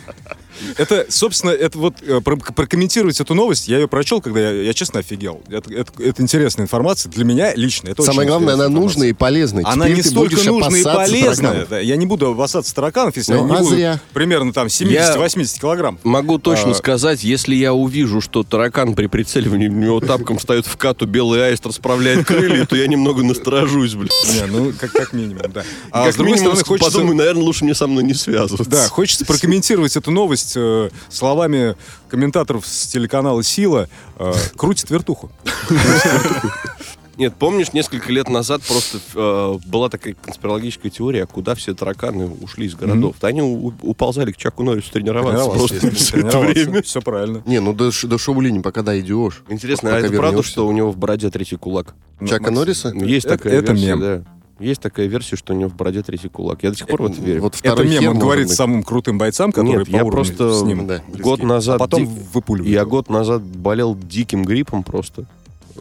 Это, собственно, это вот э, про- прокомментировать эту новость, я ее прочел, когда я, я честно офигел. Это, это- это интересная информация для меня лично. Это
Самое
очень
главное, она
интересная
нужная и
информация.
полезная.
Она
Теперь
не
ты
столько
будешь
нужная и
опасаться
полезная.
тараканов.
Да, Я не буду опасаться тараканов, если
Ну,
они
а
будут
зря.
примерно там 70-80 килограмм.
Могу точно
А.
сказать, если я увижу, что таракан при прицеливании у него тапком встает в кату, белый аист расправляет крылья, то я немного насторожусь, блядь.
Не, ну, как, как минимум, да.
А
как
как минимум,
минимум, хочется-
подумаю, наверное, лучше мне со мной не связываться.
Да, хочется прокомментировать эту новость э, словами комментаторов с телеканала «Сила». э, крутит вертуху.
Нет, помнишь, несколько лет назад просто э, была такая конспирологическая теория, а куда все тараканы ушли из городов. Да Они у- уползали к Чаку Норрису тренироваться просто все это время.
Все правильно.
Не, ну до, ш- до Шаулини пока дойдешь.
Интересно, а
Пока
это правда,
вернешься.
что у него в бороде третий кулак?
Чака
Макс,
Норриса?
Есть
Это-
такая
это
версия,
мем.
да. Есть такая версия, что у него в бороде третий кулак. Я до сих пор в это верю.
Вот
Это
второй
мем,
хер
он
может
говорит
быть.
самым крутым бойцам, которые
Нет,
по
я
уровню
просто-
с ним.
Да,
Год
близки.
А
назад...
потом
дик-
выпуливают.
Я
его.
год назад болел диким гриппом просто.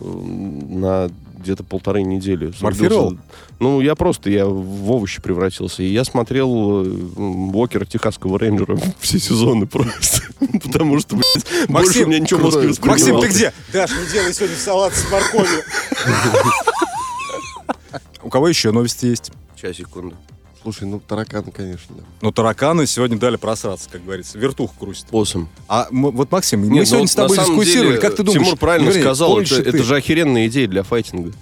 Э, На где-то полторы недели.
Морфировал?
Ну, я просто, я в овощи превратился. И я смотрел э, м, Уокера Техасского Рейнджера все сезоны просто. Потому что, блядь, больше у меня ничего мозг не
круто.
Максим,
воспринимал.
ты где? Даш, не делай сегодня салат с морковью. У кого еще новости есть?
Сейчас, секунду.
Слушай, ну таракан, конечно. да.
Ну, тараканы сегодня дали просраться, как говорится. Вертух крутит.
Посом.
А м- вот, Максим,
Нет,
мы
ну,
сегодня с
на
тобой
самом
дискуссировали.
деле,
как ты думаешь?
Тимур правильно
Вернее,
сказал,
помнишь
это,
ли ты?
это же охеренная идея для файтинга.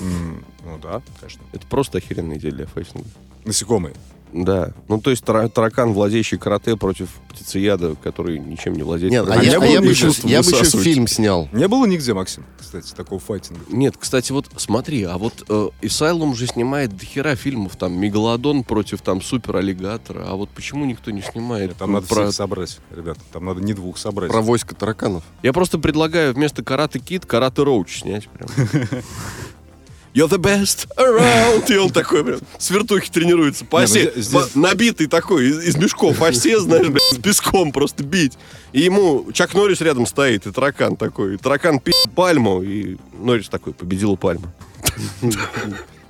М, Ну да, конечно.
Это просто охеренная идея для файтинга.
Насекомые.
Да. Ну, то есть тара- таракан, владеющий карате против птицеяда, который ничем не владеет.
Нет, а я,
А не
а я
было
бы
ли
еще,
чувства
я бы еще
высасывать?
фильм снял.
Не было нигде, Максим, кстати, такого файтинга.
Нет, кстати, вот смотри, а вот э, Исайлум же снимает дохера фильмов, там, Мегалодон против, там, Супераллигатора, а вот почему никто не снимает?
Там
ну,
надо
про-
всех собрать, ребят. Там надо не двух собрать.
Про войско тараканов.
Я просто предлагаю вместо Караты Кит Караты Роуч снять прям. You're the best around. И он такой прям с вертухи тренируется. По
Не, ну
осе,
здесь- здесь-
по- набитый такой, из, из мешков по осе, знаешь, блядь, с песком просто бить. И ему Чак Норрис рядом стоит, и таракан такой. И таракан пи*** пальму, и Норрис такой, победила пальму.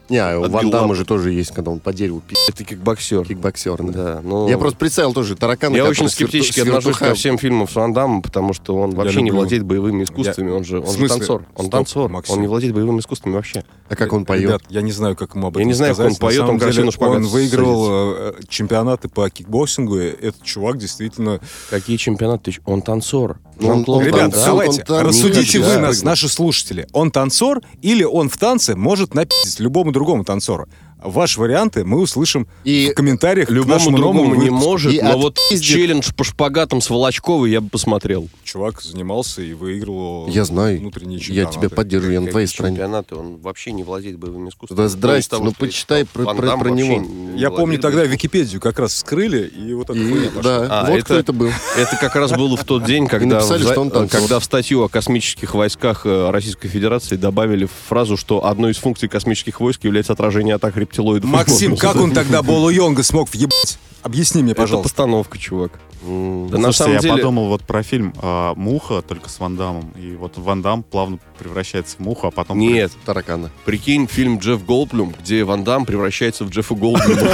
Не, а у
Отбил
Ван Дамма
лапу.
же тоже есть, когда он по дереву пи***,
Это как боксер.
кикбоксер. да.
Да, ну...
Я просто представил тоже таракана.
Я
который
очень
с верту-
скептически
с
отношусь
вертуха-
ко всем фильмам с Ван Даммом, потому что он вообще не
люблю.
владеет боевыми искусствами. Он же, он
В
же
смысле?
танцор. Он
Стоп,
танцор.
Максим.
Он не владеет боевыми искусствами вообще.
А как он поет?
Ребят, я не знаю, как ему об
Я
этом
не знаю, как
сказать.
он поет,
самом
он красиво
деле
на шпагат
Он выиграл э, э, чемпионаты по кикбоксингу, и этот чувак действительно...
Какие чемпионаты? ты ч- Он танцор.
Ну, он-
Жан-Клод
он-
Ван
Ребят,
да,
Дамм.
давайте,
он там
рассудите
никогда
вы
не
нас,
прыгнет.
наши слушатели. Он танцор или он в танце может напиздить любому другому танцору? Ваши варианты мы услышим
И
в комментариях к
Любому
нашему
другому
новому
не
выпуску.
может,
И
но вот
отпиздит.
челлендж по шпагатам с Волочковой я бы посмотрел.
Чувак занимался и выиграл
Я знаю.
внутренние
Я тебя
чемпионаты.
поддерживаю, я на
Какие
твоей стороне.
чемпионаты, он вообще не владеет боевыми искусствами.
Да
Ну, из
здрасте,
того,
ну,
что есть,
почитай
там
про-
Ван
про-
Дамм
про
вообще
него.
не
Я помню
владеет
тогда
боевыми
Википедию как раз вскрыли, и вот это
И, да,
А,
вот
это-
кто это был.
Это как раз было в тот день, когда,
написали,
в за- э,
что он танцор.
когда в статью о космических войсках э, Российской Федерации добавили фразу, что одной из функций космических войск является отражение атак рептилоидов. из
Максим,
космоса.
как он тогда Болу Йонга смог въебать? Объясни мне,
Это
пожалуйста.
постановка, чувак. Да на
Слушайте,
самом
я
деле-
подумал вот про фильм а, «Муха», только с Ван Даммом. И вот Ван Дамм плавно превращается в муху, а потом...
Нет,
Таракана.
прикинь, фильм Джефф Голдблюм, где Ван Дам превращается в Джеффа Голдблюма.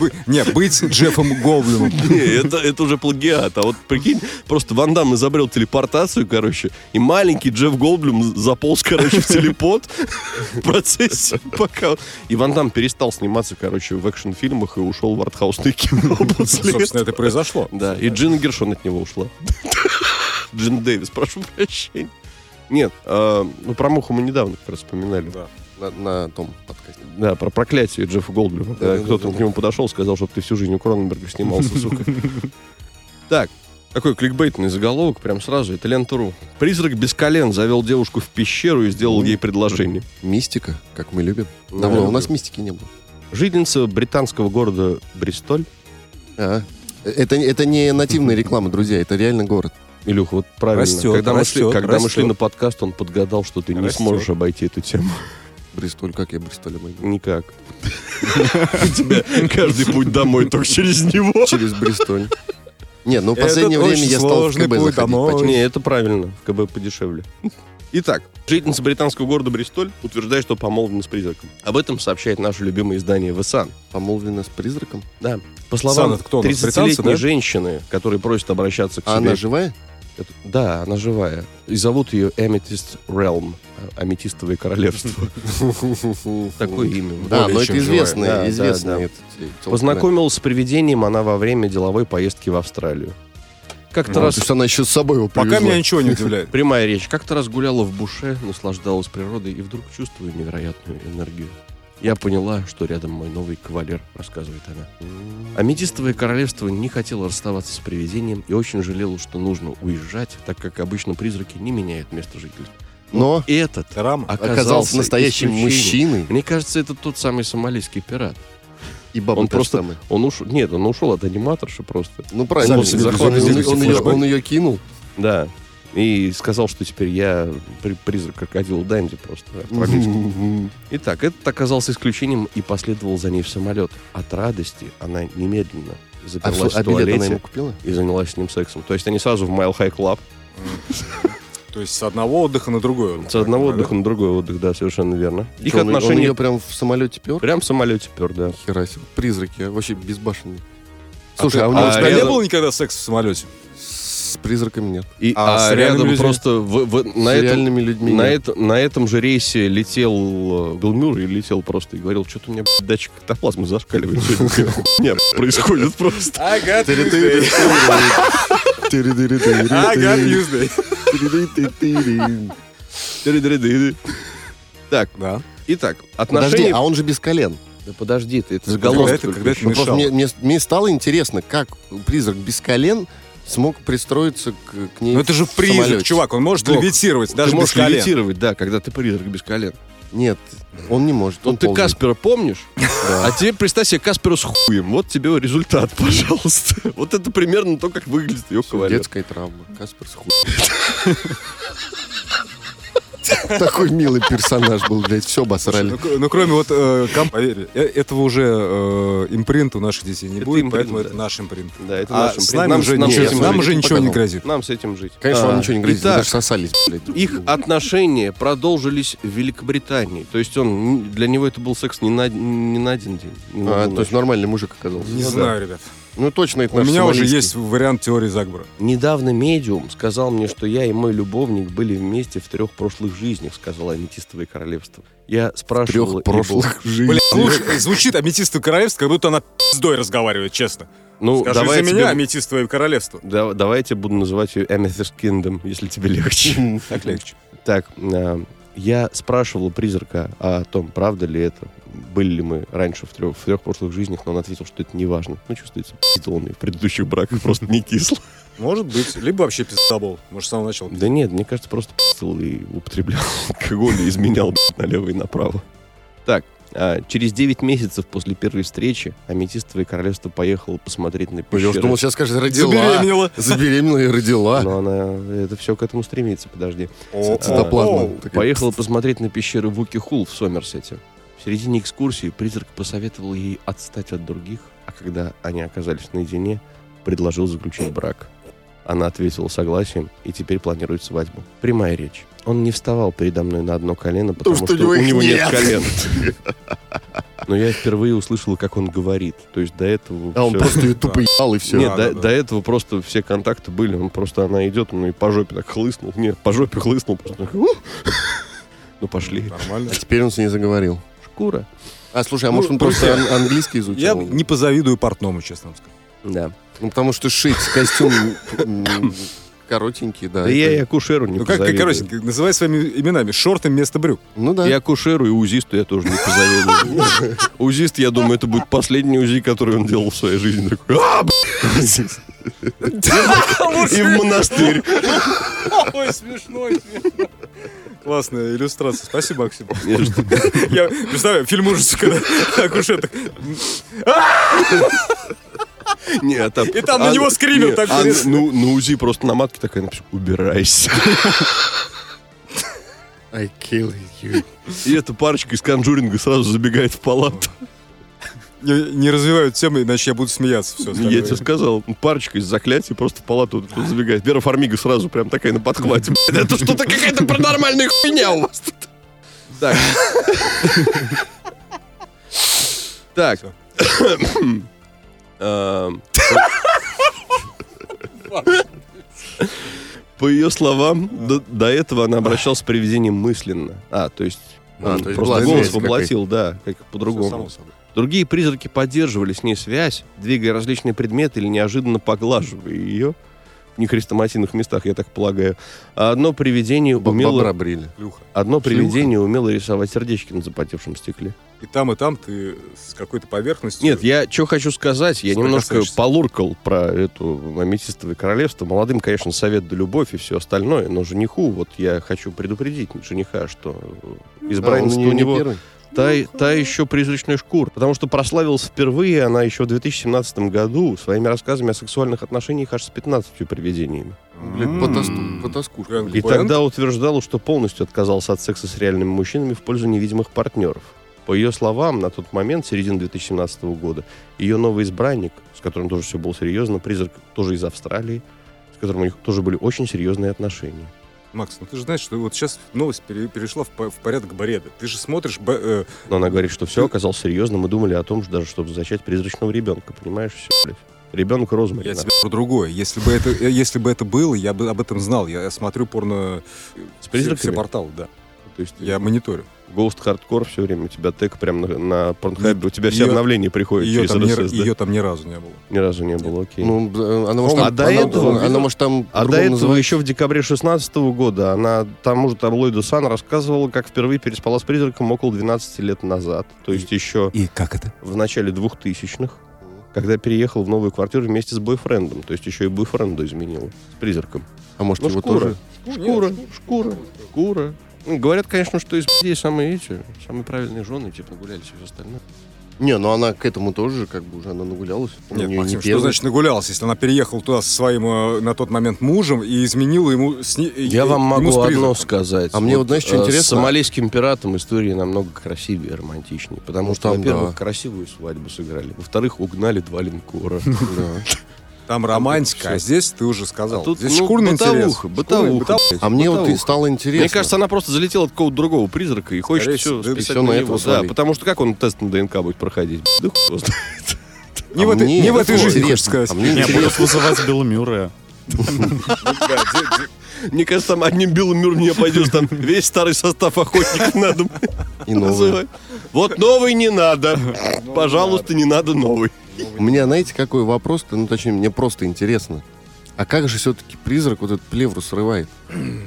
Бы- Не, быть Джеффом Гоблином.
Не, это, это уже плагиат. А вот прикинь, просто Ван Дам изобрел телепортацию, короче, и маленький Джефф Голдблюм заполз, короче, в телепот в процессе, пока... он- И Ван Дам перестал сниматься, короче, в экшн-фильмах и ушел в артхаусное кино после
Собственно,
этого.
это и произошло.
Да, и Джин Гершон от него ушла. Джин Дэвис, прошу прощения. Нет, э, ну про муху мы недавно как раз вспоминали.
Да.
На, на том подкасте.
Да, про проклятие Джеффа Голдблюма. Когда
Да-да-да-да.
кто-то к нему подошел, сказал, чтобы ты всю жизнь у Кроненберга снимался, сука. Так, такой кликбейтный заголовок прям сразу. Это лента.ру. Призрак без колен завел девушку в пещеру и сделал ей предложение.
Мистика, как мы любим.
Да,
Давно у
Ну, люблю.
нас мистики не было.
Жительница британского города Бристоль.
А. Это, это не нативная реклама, друзья, это реально город.
Илюх, вот правильно.
Растет,
когда мы шли,
растет,
когда мы шли
растет.
на подкаст, он подгадал, что ты не
Растет.
сможешь обойти эту тему.
Бристоль, как я Бристолем могу?
Никак. У тебя каждый путь домой только через него.
Через Бристоль. Не, ну в
Этот
последнее время
очень
я стал в
сложный
КБ
путь
заходить
домой.
почаще.
Не, это правильно. В КБ подешевле. Итак, жительница британского города Бристоль утверждает, что помолвлена с призраком. Об этом сообщает наше любимое издание «Весан».
Помолвлена с призраком.
Да. По словам
Сан, это кто у нас,
30-летней
британцы, да?
женщины, которая просит обращаться к себе...
А она живая?
Это- Да, она живая. И зовут ее Amethyst Realm. а- Аметистовое королевство. Такое имя.
Да,
Более
но
чем
это
живая.
известная,
Да, да, да.
известная.
Познакомилась с привидением она во время деловой поездки в Австралию. Как-то раз...
она еще с собой его
Пока меня
привезла.
ничего не удивляет.
Прямая речь. Как-то раз гуляла в буше, наслаждалась природой и вдруг чувствую невероятную энергию. Я поняла, что рядом мой новый кавалер, рассказывает она. Аметистовое королевство не хотело расставаться с привидением и очень жалело, что нужно уезжать, так как обычно призраки не меняют место жительства.
Но
И этот
Рама.
оказался,
оказался настоящим
исключением.
мужчиной.
Мне кажется, это тот самый сомалийский пират.
И баба
Он
та же
просто-
самая.
Он ушел... Нет, он ушел от аниматорши просто.
Ну правильно,
Сам
он,
себе
он-
захватывает
он-
эти
он ее,
флешбеки.
он ее кинул.
Да. И И сказал, что теперь я при- призрак крокодила Данди просто. автомобильский.
Мгм.
Итак, этот оказался исключением и последовал за ней в самолет. От радости она немедленно
А
заперлась
что, а
в
билет она
туалете
ему купила?
и занялась с ним сексом. То есть они сразу в Mile High Club.
А-
То есть с одного отдыха на другой.
С одного отдыха на другой отдых, да, совершенно верно. Их
Что, он- Он
отношения
ее прям в самолете пер?
прям в самолете пер, да.
Хера себе. Призраки, а, вообще безбашенные.
А
Слушай,
ты-
а у
у
него
а
с-
тебя не
рядом-
было никогда секса в самолете?
с призраками нет.
И,
А
а
с реальными
рядом
людьми?
просто в- в- на,
с
этом,
реальными людьми
на,
нет.
это- на этом же рейсе летел э, Билл Мюррей, летел просто и говорил, что-то у меня б***ь, датчик катаплазмы зашкаливает. сегодня. Хуйня происходит просто.
Ага,
Тыры-тыры. Тыры-тыры-тыры-тыры. Тыры-тыры-тыры.
Дыры-дыры-дыры. Так,
Да.
итак,
Подожди,
отношения...
а он же без колен.
Да подожди, ты это
Когда
заголовок.
это, когда это
Ну, просто
мешало?
мне, мне- мне стало интересно, как призрак без колен смог пристроиться к, к ней.
Ну это же
в самолете.
призрак, чувак, он может
Док,
левитировать,
Ты
даже без
можешь
колен.
левитировать, да, когда ты призрак без колен.
Нет, он не может. Он
Вот ты
ползает.
Каспера помнишь? А теперь представь себе Каспера с хуем. Вот тебе результат, пожалуйста. Вот это примерно то, как выглядит ее кавалер.
Детская травма. Каспер с хуй. Такой милый персонаж был, блядь, все
Ну,
обосрали.
кр- ну, кроме вот э, комп, поверь, э, этого уже э, импринт у наших детей не
Это
будет,
импринт,
поэтому
да.
это наш импринт.
Да, это
А с
наш импринт.
нами
Нам-
уже,
нам
ничего-
с этим
ничего, нам
жить
уже
не
ничего не
показалось.
грозит.
Нам с этим жить.
ну, Конечно, вам
А,
ничего не грозит, вы
итак,
даже сосались, блядь.
Их отношения продолжились в Великобритании. То есть он для него это был секс не на, не на один день. не на
А,
одну
то есть
ночь.
нормальный мужик оказался.
Не
Ну,
знаю, ребят.
да. Ну точно это
У
наш
меня уже
сомалийский.
есть вариант теории заговора.
Недавно медиум сказал мне, что я и мой любовник были вместе в трех прошлых жизнях, сказала Аметистовое королевство. Я спрашивала...
трех
его-
прошлых жизней.
Блин, слушай, звучит аметистовое королевство, как будто она пиздой разговаривает, честно.
Ну,
Скажи
давай
за
я тебе-
меня аметистовое королевство.
Да- давай я тебе буду называть ее Amethyst Kingdom, если тебе легче.
Так легче.
Так, э, я спрашивал призрака о том, правда ли это, были ли мы раньше в трех, в трех прошлых жизнях, но он ответил, что это не важно. Ну, чувствуется, пиздил он и в предыдущих браках просто не кисло.
Может быть. Либо вообще пиздобол. Может, с самого начала.
Да нет, мне кажется, просто пиздил и употреблял алкоголь и изменял блядь, налево и направо. Так, а, через 9 месяцев после первой встречи Аметистовое королевство поехало посмотреть на
Ну, Я уж
пещеры.
думал, сейчас скажет, родила. а,
Забеременела.
Забеременела и родила.
Ну,
Но она, это все к этому стремится, подожди.
О,
Цитоплазма.
о, о.
Такая.
Поехала посмотреть на пещеры Вуки Хул в Сомерсете. В середине экскурсии призрак посоветовал ей отстать от других, а когда они оказались наедине, предложил заключить брак. Она ответила согласием и теперь планирует свадьбу. Прямая речь. Он не вставал передо мной на одно колено, потому
что
что,
у него
у
их
него нет,
нет.
колен. Но я впервые услышала, как он говорит. То есть до этого...
А он
всё-
просто ее тупо ебал и все.
Да,
Нет, до,
да, да.
до этого просто все контакты были. Он просто, она идет, ну и по жопе так хлыстнул. Нет, по жопе хлыстнул. просто. Ну пошли.
Нормально.
А теперь он с ней заговорил.
Шкура.
А слушай, а
Ну,
может он просто ан- английский изучил?
Я не позавидую портному, честно вам скажу.
Да.
Ну, потому что шить костюм м, коротенький, да.
Да я и
это-
акушеру не
Ну как, как,
позавидую.
короче, как- называй своими именами. Шорты вместо брюк.
Ну да.
И акушеру, и УЗИСТу я тоже не позавидую. УЗИСТ, я думаю, это будет последний УЗИ, который он делал в своей жизни. Такой, «А, блядь!» И в монастырь.
Ой, смешно, смешно. Классная иллюстрация. Спасибо, Максим. Я представляю, фильм ужасов, когда акушер так...
Нет, там...
И там на него скример
нет,
так
а,
вырезан.
Ну, на УЗИ просто на матке такая написано «Убирайся».
I kill you.
И эта парочка из конжуринга сразу забегает в палату.
Не, не развивают темы, иначе я буду смеяться. Все
Я тебе сказал, парочка из заклятий просто в палату вот тут забегает. Вера Фармига сразу прям такая на подхвате. «Блин, Это что-то какая-то паранормальная хуйня у вас тут. Так. Так.
Всё.
Эм, По ее словам, до, до этого она обращалась с привидением мысленно. А, то есть,
А,
он
то есть была
просто голос
связь какая-то.
воплотил, да, как по-другому. Другие призраки поддерживали с ней связь, двигая различные предметы или неожиданно поглаживая ее в нехрестоматийных местах, я так полагаю. А одно привидение умело,
Бобра брили.
одно
Шлюха.
привидение умело рисовать сердечки на запотевшем стекле.
И там, и там ты с какой-то поверхностью...
Нет, я что хочу сказать, я
Сколько
немножко
хочется.
полуркал про эту аметистовое королевство. Молодым, конечно, совет да любовь и все остальное, но жениху вот я хочу предупредить жениха, что
А, он
избранница
у
у
неё не
него
первый?
та, та еще призрачная шкура. Потому что прославилась впервые она еще в 2017 году своими рассказами о сексуальных отношениях аж с 15 привидениями. М-м-м.
Блин, потас- потаскушка.
Прям
блин.
И
Бэнд?
тогда утверждала, что полностью отказался от секса с реальными мужчинами в пользу невидимых партнеров. По ее словам, на тот момент, середина 2017 года, ее новый избранник, с которым тоже все было серьезно, призрак тоже из Австралии, с которым у них тоже были очень серьезные отношения.
Макс, ну ты же знаешь, что вот сейчас новость пере- перешла в, по- в порядок бреда. Ты же смотришь... б- э,
Но она говорит, что все оказалось серьезно. Мы думали о том, что даже чтобы зачать призрачного ребенка. Понимаешь, все, блядь. Ребенок Розмари.
я
нахуй.
тебе про другое. Если бы, это, э, если бы это было, я бы об этом знал. Я смотрю порно...
С
Все,
призраками?
порталы, да.
То есть
Я мониторю.
Ghost Hardcore все время. У тебя тег прям на, на Pornhub, У тебя все
Её-
обновления приходят
Ее
через
там, ни,
RSS, да?
ее там ни разу не было.
Ни разу не было, окей.
Ну, б- она, может,
А
там-
до
она-
этого-
она, может, там
А до
по-другому
этого
называется.
еще в декабре 2016 года она тому же таблоиду Сан рассказывала, как впервые переспала с призраком около 12 лет назад. То есть еще
И как это?
в начале 2000-х, когда переехала в новую квартиру вместе с бойфрендом. То есть еще и бойфренду изменила с призраком.
А может,
Ну,
его
шкура.
тоже?
Шкура, шкура, шкура. Ну, Говорят, конечно, что из людей самые эти, самые правильные жены, типа нагулялись и все остальное.
Не, ну она к этому тоже, как бы уже она нагулялась. У неё
Нет,
не
Максим, что
первый.
значит нагулялась, если она переехала туда со своим э, на тот момент мужем и изменила ему... с не-
Я
э,
вам
ему с
могу одно
призраком?
сказать.
А мне вот знаешь, что
э,
интересно?
С сомалийским пиратом история намного красивее и романтичнее. Потому
Ну,
что,
там
во-первых,
да.
красивую свадьбу сыграли. Во-вторых, угнали два линкора.
Да.
Там романтика,
всё.
а здесь ты уже сказал.
А тут,
здесь
ну,
шкурный интерес.
бытовуха,
Шкурный,
бытовуха.
бытовуха.
А мне вот и
Бытовуха.
стало интересно.
Мне кажется, она просто залетела от какого-то другого призрака и хочет
всего,
все
да,
всё на
на
этого
него. Да,
свалить.
потому что как он тест на ДНК будет проходить? Да хуй его знает.
Не в этой-
А мне
не в этой
вот
жизни, хочешь
интересно.
сказать.
А мне
Не,
интересно.
будут вызывать Билла Мюррея.
Мне кажется, там одним белым мюром не обойдешь. Там весь старый состав охотников надо
И новое.
называть. Вот новый не надо. Пожалуйста, не надо новый.
У меня, знаете, какой вопрос? Ну, точнее, мне просто интересно. А как же все-таки призрак вот этот плевру срывает?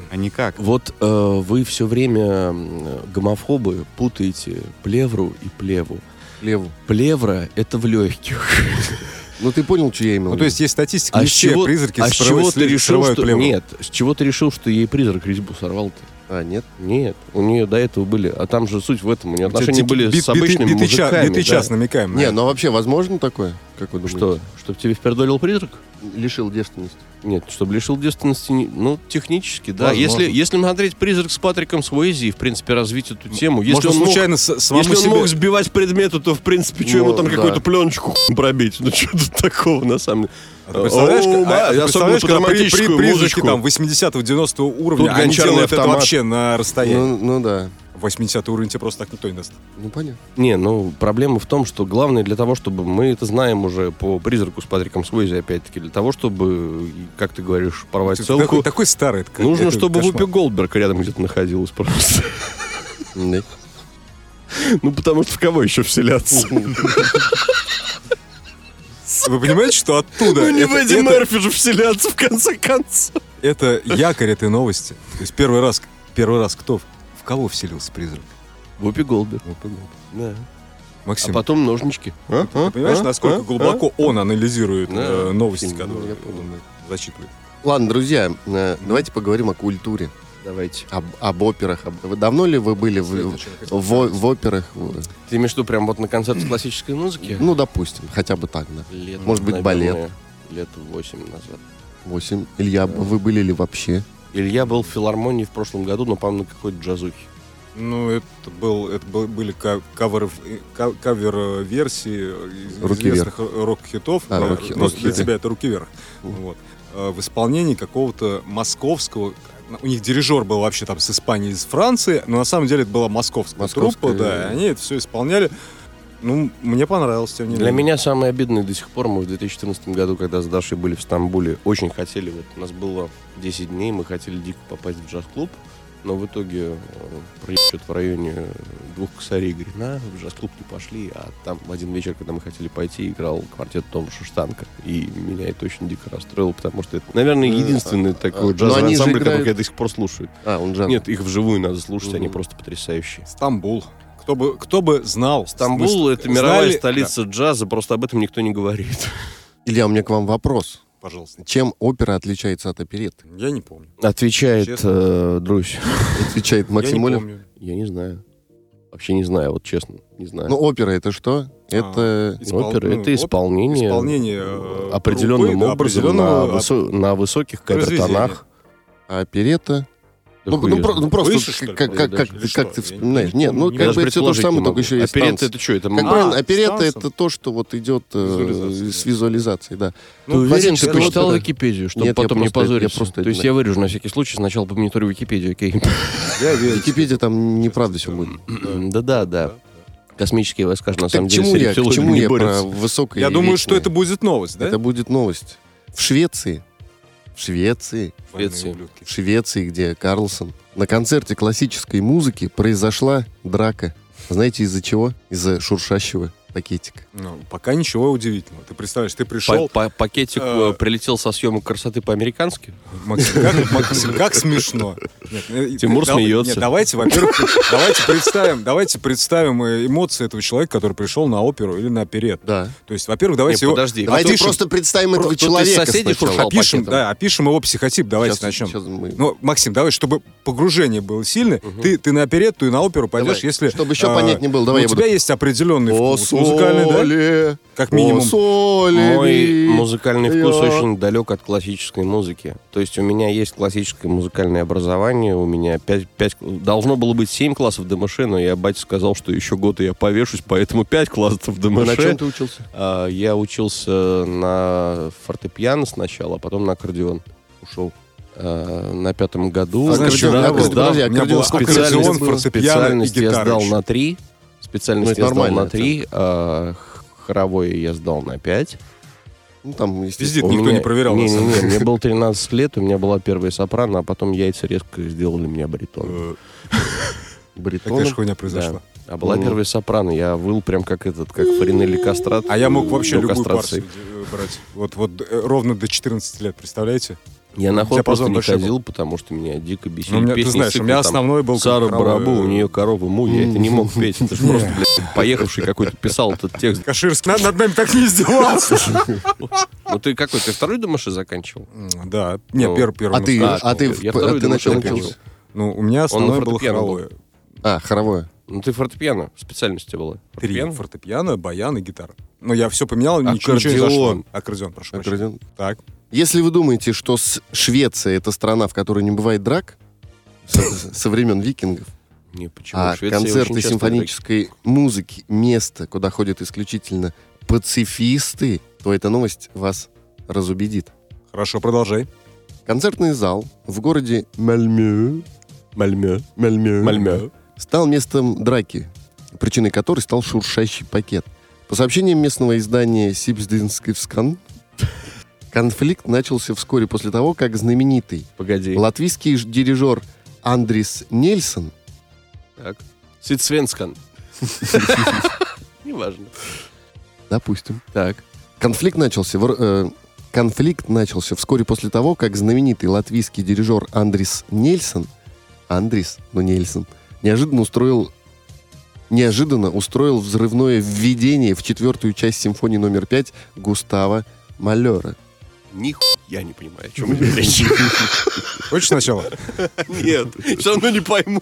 А никак.
Вот э, вы все время м, гомофобы путаете плевру и плеву.
Плеву.
Плевра — это в легких.
Ну, ты понял, что я имел? в
Ну,
виду?
то есть есть статистика,
А
не
с
все
чего,
призраки
а с чего
срывают-
ты решил,
срывают
что...
левую.
Нет, с чего ты решил, что ей призрак резьбу сорвал-то?
А, нет?
Нет, у нее до этого были, а там же суть в этом, у нее
У тебя
отношения
типа
были
бит-
с обычными
биты- биты ча-
мужиками.
биты
да.
час намекаем. на
Не,
это.
ну вообще возможно такое? Как вы думаете?
Что, чтобы тебе впердолил призрак?
Лишил девственности.
Нет, чтобы лишил девственности, не- ну, технически, да.
Возможно.
Если, если смотреть «Призрак» с Патриком Суэйзи и, в принципе, развить эту тему, если
Можно
он мог...
случайно с- самому
Если он
себе-
мог сбивать предметы, то, в принципе, что
Ну,
ему там
да.
какую-то пленочку хуй пробить? Ну, что тут такого, на самом деле?
А ты представляешь,
О,
а-
а,
а ты
особенно
представляешь,
под
когда при- при-
романтическую
призраки
музычку.
там 80-го, 90-го уровня,
Тут
они
гончарный
делают это
автомат.
вообще на расстоянии.
Ну, ну да.
80 уровень тебе просто так никто не даст.
Ну, понятно.
Не, ну, проблема в том, что главное для того, чтобы... Мы это знаем уже по «Призраку» с Патриком Суэйзи, опять-таки, для того, чтобы, как ты говоришь, порвать
Ты
целку...
Такой, такой старый. это как-
Нужно,
это
чтобы
кошмар.
Вупи Голдберг рядом где-то находилась просто.
Да.
Ну, потому что в кого еще вселяться?
Вы понимаете, что оттуда...
Ну,
это- это-
Мерфи же вселяться, в конце концов.
Это якорь этой новости. То есть первый раз, первый раз кто в в кого вселился призрак?
Вупи Голдберг. Да. А
Максим,
потом ножнички.
ты понимаешь, насколько глубоко он анализирует
Да,
э, новости,
Максим, ну,
которые
я
он зачитывает?
Ладно, друзья, э, давайте поговорим о культуре,
Давайте.
об, об операх. Об- вы- Давно ли вы были в, в, о- в операх? В-
Ты имеешь в виду прям вот на концерте классической музыки?
Ну, допустим, хотя бы так, да.
Лет,
может быть,
наверное, Лет восемь назад.
Восемь. Илья,
Да.
вы были ли вообще?
Илья был в филармонии в прошлом году, но, по-моему, на какой-то джазухе.
Ну, это, был, это был- были ка- кавер, э, кавер-версии из-
Руки
известных рок-хитов.
А,
Да,
рок-хи-
ну, для
рок-хиты.
тебя это руки вверх. Вот. Э, В исполнении какого-то московского... У них дирижер был вообще там с Испании, из Франции, но на самом деле это была московская,
Московская,
труппа, да,
да.
и они это все исполняли. Ну, мне понравилось, тем не
Для
менее.
меня самое обидное до сих пор, мы в 2014 году, когда с Дашей были в Стамбуле, очень хотели, вот у нас было 10 дней, мы хотели дико попасть в джаз-клуб, но в итоге э, проебчет в районе э, двух косарей Грина, в джаз-клуб не пошли, а там в один вечер, когда мы хотели пойти, играл квартет Том Штанка, и меня это очень дико расстроило, потому что это, наверное,
Э,
единственный
а,
такой
а,
джазовый
но они же
ансамбль, который
играют-
я до сих пор слушаю.
А, он же.
Нет, их вживую надо слушать, они
Мгм.
просто потрясающие.
Стамбул. Кто бы, кто бы знал.
Стамбул
Потому что
это мировая
знали-
столица джаза, просто об этом никто не говорит.
Илья, у меня к вам вопрос.
Да, пожалуйста.
Чем опера отличается от оперетты?
Я не помню.
Отвечает
Честно?
э, Друзь.
Отвечает
Я не
Максим Олев.
помню.
Я не знаю. Вообще не знаю, вот честно, не знаю.
Ну, опера это что? Это...
Испол-
Опера
ну,
это
оп-
исполнение,
исполнение, э,
определенным
группы, да,
образом
определенного
на, высо- на высоких кабертонах.
А оперета?
Да
ну,
хуй
ну,
её
про-
знает.
ну, просто
Выше, что ли,
как, как, как,
даже?
ты-
Или
как
что?
ты
Я не-
вспоминаешь.
не
Нет, ну
помню.
как
Даже
бы все то же
предположить
самое,
не
только
могу.
еще и с
Оперетта
танцем.
это что? Это
Как
ма-
правильно,
с
оперета
танцем?
это то, что вот идет э,
Визуализация,
с
да.
визуализацией, да.
Ну,
Ты уверен,
Вадим,
что
ты
ты
просто-
читал Википедию, чтобы
Нет, я
потом не
просто- я
позориться?
просто-
То есть я вырежу на всякий случай, сначала помониторю Википедию, окей?
Я верю.
Википедия там неправда все будет.
Да-да-да. Космические войска же на
Так
самом
к
деле
чему
с
я? К
рептилоидами
чему
не
я про
борются.
высокое
Я
и
думаю, что
вечное?
это будет новость, да?
Это будет новость. В Швеции. В Швеции.
Больные
Швеции.
ублюдки.
В Швеции, где Карлсон. На концерте классической музыки произошла драка. Знаете, из-за чего? Из-за шуршащего пакетика.
Ну, пока ничего удивительного. Ты представляешь, ты
По-
пришел,
по- Пакетик
Э.
э, прилетел со съемок красоты по-американски.
Максим, как, Максим, как смешно. Нет, э,
Тимур смеется.
Нет, давайте, во-первых, давайте представим, давайте представим э, эмоции этого человека, который пришел на оперу или на оперет.
Да.
То есть, во-первых, давайте
Не,
его...
подожди,
Давайте
опишем-
просто представим
Про-
этого
тут из
человека
соседей
сначала.
шуршал
опишем,
пакетом.
да, опишем его психотип. Давайте
Щас-
начнем.
щас мы-
Ну, Максим, давай, чтобы погружение было сильное, ты, ты на оперетту и на оперу пойдешь,
Давай.
если...
Чтобы еще
а,
понятнее было, давай
ну,
я
У тебя
буду.
есть определенный
О,
вкус музыкальный, да?
соли,
Как
о,
минимум.
соли,
Мой
ми.
музыкальный вкус
Э, Я-
очень далек от классической музыки. То есть у меня есть классическое музыкальное образование, у меня пять, пять- должно было быть 7 классов ДМШ, но я батя сказал, что еще год и я повешусь, поэтому 5 классов ДМШ.
На чем ты учился?
А, Я учился на фортепиано сначала, а потом на аккордеон. Ушел. А, На пятом году.
А
Знаешь,
аккордеон,
у меня
я
Да,
был-
подожди,
сдав-
у меня
аккордеон,
был
сколько
аккордеон,
специальность было?
фортепиано и
Специальность я
гитара
сдал
еще.
на 3.
Ну,
Специальность
это
я сдал
нормально,
на 3. Хоровое я сдал на 5.
Ну, там, естественно.
Пиздит, никто не проверял. на самом
Не-не-не,
деле.
мне было 13 лет, у меня была первая сопрано, а потом яйца резко сделали меня баритон.
Э, Такая
Бритоном.
же хуйня произошла.
А была
ну.
Мгм.
первая сопрано, я выл прям как этот, как Фаринелли кастрат.
А я мог вообще
до
любую
кастрации.
партию э, брать. Вот, вот э, ровно до 14 лет, представляете?
Я на
тебя
хор просто
позвон
не
большой
ходил, потому что меня дико бесили
Ну, у меня, ты
песни
знаешь,
из
у меня
цикла, там,
основной был...
Сара
как правило,
Барабу, у нее корова му, я это не мог петь. Это же просто, блядь, поехавший какой-то писал этот текст.
Каширский над, над нами так не издевался.
Ну ты какой, ты второй домаши заканчивал?
М, Да, не,
Ну,
первый, первый.
А
мы
ты,
сказали.
Да,
а ты,
я
в-
второй
а ты на
думал,
чем
что я
учился?
Ну, у меня основное было
фортепиано был.
хоровое.
А, хоровое.
Ну ты фортепиано, специальность у тебя была.
Три.
Фортепиано?
Фортепиано, баян и гитара. Но я все поменял, ничего, ничего не зашло.
Аккордеон.
Аккордеон, прошу прощения.
Аккордеон.
Так.
Если вы думаете, что с- Швеция это страна, в которой не бывает драк, со со времен викингов,
Не, почему?
а
В Швеции очень
концерты
часто
симфонической музыки, место, куда ходят исключительно пацифисты, то эта новость вас разубедит.
Хорошо, продолжай.
Концертный зал в городе Мальмё,
играют. Мальме.
Мальмё,
Мальме.
стал местом драки, причиной которой стал шуршащий пакет. По сообщениям местного издания Сибсдинскивскан, конфликт начался вскоре после того, как знаменитый
Погоди.
латвийский ж- дирижер Андрис Нельсон
Так. Ситсвенскан. Неважно.
Допустим.
Так.
Конфликт начался, в Р- э, конфликт начался вскоре после того, как знаменитый латвийский дирижер Андрис Нельсон, Андрис, но Нельсон, неожиданно устроил, неожиданно устроил взрывное введение в четвертую часть симфонии номер 5 Густава Малера.
Нихуя я не понимаю, о чем идет речь.
Хочешь сначала?
Нет, все равно не пойму.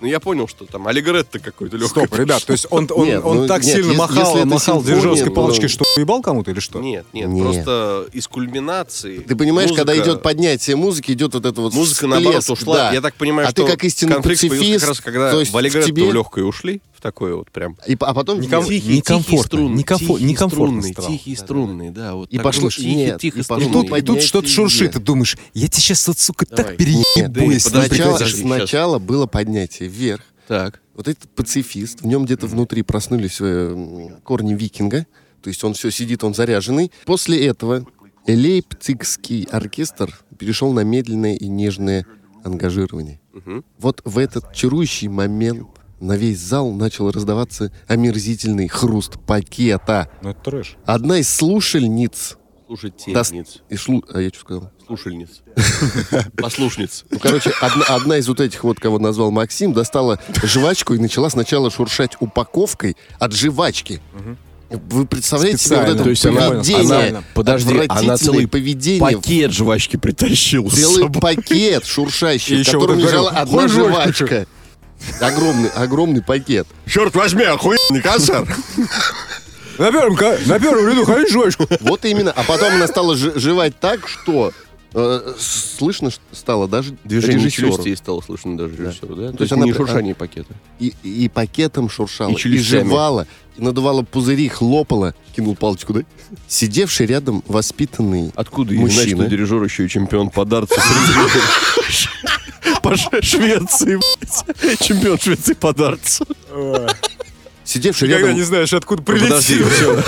Ну я понял, что там Аллегретто какой-то легкий.
Стоп, ребят, то есть он, он,
Нет,
он
ну,
так
нет,
сильно
если-
махал,
если это
махал
симфония,
дирижерской
ну,
палочкой, что уебал кому-то или что?
Нет, нет,
Нет.
просто из кульминации.
Ты понимаешь, когда
музыка-
идет поднятие музыки, идет вот это вот
Музыка
всплеск,
наоборот ушла.
да.
Я так понимаю,
А
что
ты как истинный
конфликт появился
пацифист,
как раз, когда
то есть
в Аллегретто
в тебе-
в легкое ушли, в такое вот прям.
И, по- а потом...
Никому-
вниз.
Тихий, Некомфортно,
струнный,
некомфо-
тихий
некомфортно
струнный,
стало.
Тихий струнный, да. Вот
И
так
пошло-
вот тихий,
нет,
тихий
и пошло-
И
струнный.
тут, и тут
Поднять
что-то
ее
шуршит,
нет.
ты думаешь, я тебе сейчас вот, сука, так
Давай.
переебу,
Нет,
если
подожди,
не
Сначала,
подожди.
прекратишь.
сейчас.
сначала было поднятие вверх.
Так.
Вот этот пацифист, в нем где-то внутри проснулись э, м, корни викинга, то есть он все сидит, он заряженный. После этого Лейпцигский оркестр перешел на медленное и нежное ангажирование.
Мгм.
Вот в этот чарующий момент на весь зал начал раздаваться омерзительный хруст пакета.
Ну это трэш.
Одна из слушальниц...
Слушайте,
дос- и шлу- А я что сказал?
Слушальниц. Послушниц.
Ну, короче, одна, одна из вот этих вот, кого назвал Максим, достала жвачку и начала сначала шуршать упаковкой от жвачки. Вы представляете себе
Специально.
вот это
То есть она-
поведение?
она-
подожди, она
отвратительное
целый
поведение.
Пакет жвачки притащил. с
Целый
собой.
пакет шуршащий,
И
в
еще
котором
вот это
лежала
говорил,
одна
«Хуй жвачка».
жвачка. Огромный, огромный пакет. Черт возьми, охуенный концерт.
На первом, ка- на первом ряду ходить жвачку.
Вот именно. А потом она стала ж- жевать так, что э, с- слышно ш- стало даже
Движение
режиссёру.
челюстей стало слышно даже режиссеру, да? То
есть
есть
она а
не
при-
шуршание пакета.
И, и пакетом шуршала,
И
и,
челюстями.
жевала, и надувала пузыри, хлопала, кинул палочку, да? Сидевший рядом воспитанный
Откуда
их знать, что
дирижер еще и чемпион по
По Ш- Швеции, блядь. Чемпион Швеции по дартсу.
Сидевший
Когда
Э, рядом...
не знаешь, откуда
Подожди,
прилетел.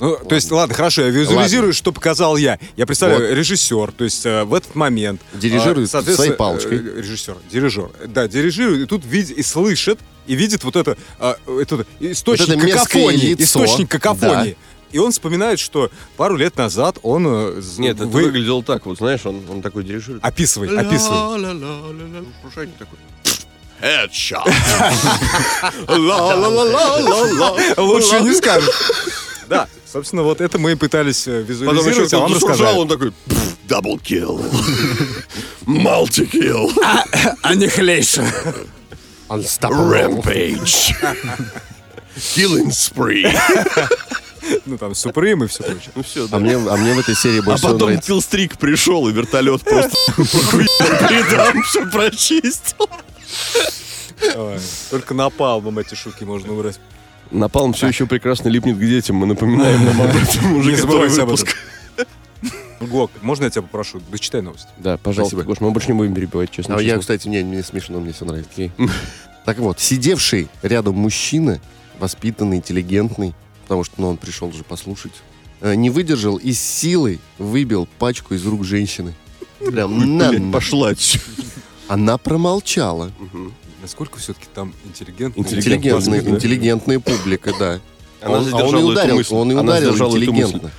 Ну, то есть, ладно, хорошо, я визуализирую, что показал я. Я представляю, режиссер, то есть э, в этот момент... э,
Дирижирует
соответственно,
своей палочкой.
э, Режиссер, дирижер. Да, дирижирует, и тут видит, и слышит, и видит вот это, э, этот источник
Вот это мерзкое
какофонии.
лицо.
Источник какофонии. И он вспоминает, что пару лет назад он э, з-
Нет, это
вы-
выглядело так, вот знаешь, он, он такой
А,
дирижирует.
Описывай, описывай.
Шуршание такое.
Лучше не скажешь. Да, собственно, вот это мы и пытались э,
Потом еще
визуализировать, а
кто-то
вам
зашуршал,
рассказали.
он такой,
Дабл килл. Малти килл.
А не хлейша.
Рэмпейдж. Killing spree.
Ну, там, Суприм и все прочее.
ну все,
А
да.
мне, а мне в этой серии
А
больше всего
потом
нравится.
Киллстрик пришел, и вертолет просто передам, все прочистил.
Ой, Только напалмом эти шутки можно убрать.
Напалм все еще прекрасно липнет к детям, мы напоминаем нам об этом уже
Не
который
забывайте об
выпуск.
этом. Гок, можно я тебя попрошу? Дочитай новость.
Да, пожалуйста,
Спасибо.
Гош, мы больше не будем перебивать, честно.
А я,
честно.
кстати, не, мне смешно, мне все нравится. Так вот, сидевший рядом мужчина, воспитанный, интеллигентный, потому что ну, он пришел же послушать, э, не выдержал и с силой выбил пачку из рук женщины. Прям на
Блядь,
нах.
пошла. отсюда.
Она промолчала.
Мгм.
Насколько все-таки там интеллигентно?
Интеллигентная, интеллигентная публика, да.
Она
он, а
задержала
он и
эту
ударил,
мысль.
он и
Она
ударил
задержала эту мысль.
интеллигентно.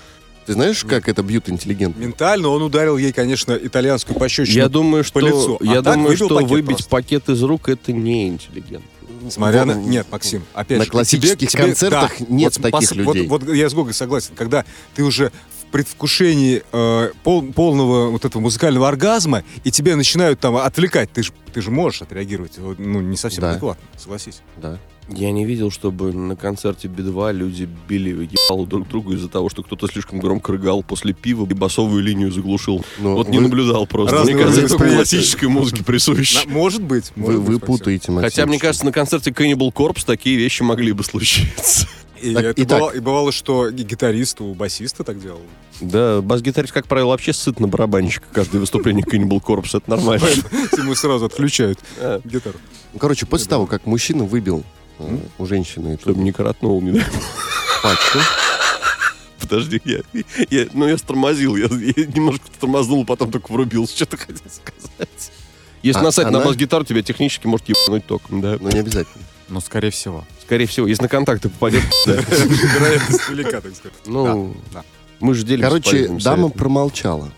Ты знаешь, как это бьют интеллигентно?
Ментально он ударил ей, конечно, итальянскую пощечину.
Я думаю, что,
лицу. А
я
так
думаю,
выбил
что
пакет
выбить
просто.
пакет из рук это не интеллигентно.
Смотря на...
Вот-
Нет, Максим, опять
на
же,
классических концертах нет таких людей.
Вот, вот я с Гогой согласен. Когда ты уже в предвкушении э, пол- полного вот этого музыкального оргазма, и тебя начинают там отвлекать, ты же ты же можешь отреагировать, вот, ну, не совсем
Да.
адекватно, согласись.
Да.
Я не видел, чтобы на концерте Би-2 люди били ебало друг друга из-за того, что кто-то слишком громко рыгал после пива и басовую линию заглушил.
Но
Вот не
Ну, вы-
наблюдал просто.
Разные
Мне кажется, это
восприятия.
классической музыке
На-
присуще.
может быть,
вы,
может
вы
быть, Максим.
путаете, Максим.
Хотя, мне кажется, на концерте Cannibal Corpse такие вещи могли бы случиться.
И,
Так,
это
итак.
бывало, и бывало, что и гитарист, у басиста так делал.
Да, бас-гитарист, как правило, вообще сыт на барабанщика. Каждое выступление Cannibal Corpse, это нормально.
Ему сразу отключают
А.
гитару.
Ну, Короче, после того, как мужчина выбил э, у женщины эту
Чтобы не коротнул, не дай
пачку,
Подожди, я, я- ну я стормозил, я, я немножко тормознул, потом только врубился, что-то хотел сказать.
Если
А
насать на
она-
бас-гитару, тебя технически может ебануть током, да.
но не обязательно.
Ну, скорее всего.
Скорее всего, если на контакты попадет. да.
Вероятность велика, так сказать.
Ну,
Да, да.
мы же делимся
Короче,
полезными
дама
советами.
промолчала.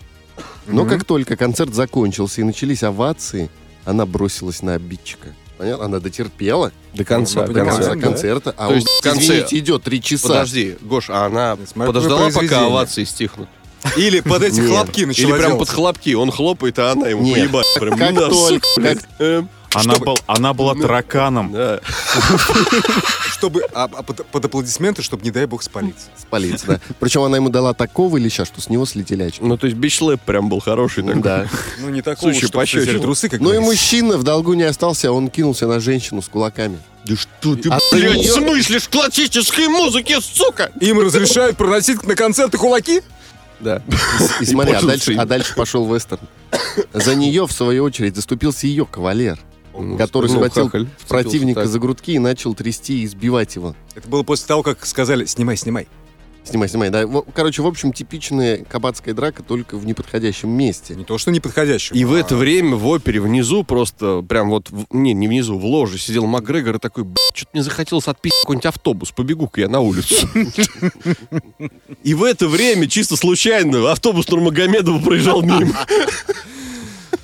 Но
Мгм.
как только концерт закончился и начались овации, она бросилась на обидчика. Понятно? Она дотерпела
До конца.
Ну,
до
да,
конца
да.
концерта, а
То
он,
есть в конце-
извините, идет три часа.
Подожди, Гош, а она
Смотри,
подождала,
произведение.
пока овации стихнут?
Или под эти
Нет.
хлопки начала
Или прям
делать.
под хлопки, он хлопает, а она ему
Нет.
поебать. Прям
Как
на,
только,
сука, блядь. Эм,
Она, был, она была тараканом.
да.
чтобы а- а под, под аплодисменты, чтобы, не дай бог, спалиться.
Спалиться, да. Причем она ему дала такого леща, что с него слетели очки.
Ну, то есть бичлэп прям был хороший такой.
Да.
Ну, не такого,
Слушай,
чтобы
пощечину.
слезали трусы, как
Ну и
говорится.
мужчина в долгу не остался, он кинулся на женщину с кулаками.
Да что ты,
А
блядь,
ты-
смыслишь в классической музыке, сука?
Им разрешают проносить на концерты кулаки?
Да.
И смотри, а
пользоваться
дальше,
им.
а дальше пошел вестерн. За нее, в свою очередь, заступился ее кавалер, который
Ну,
схватил
хахаль,
противника
так.
за грудки и начал трясти и избивать его.
Это было после того, как сказали, снимай, снимай.
Снимай, снимай. Да. Во- Короче, в общем, типичная кабацкая драка, только в неподходящем месте.
Не то, что неподходящего.
И в
а
это время в опере внизу просто прям вот, в- не, не внизу, в ложе сидел Макгрегор и такой, что-то мне захотелось отпить какой-нибудь автобус, побегу-ка я на улицу.
И в это время, чисто случайно, автобус Нурмагомедова проезжал мимо.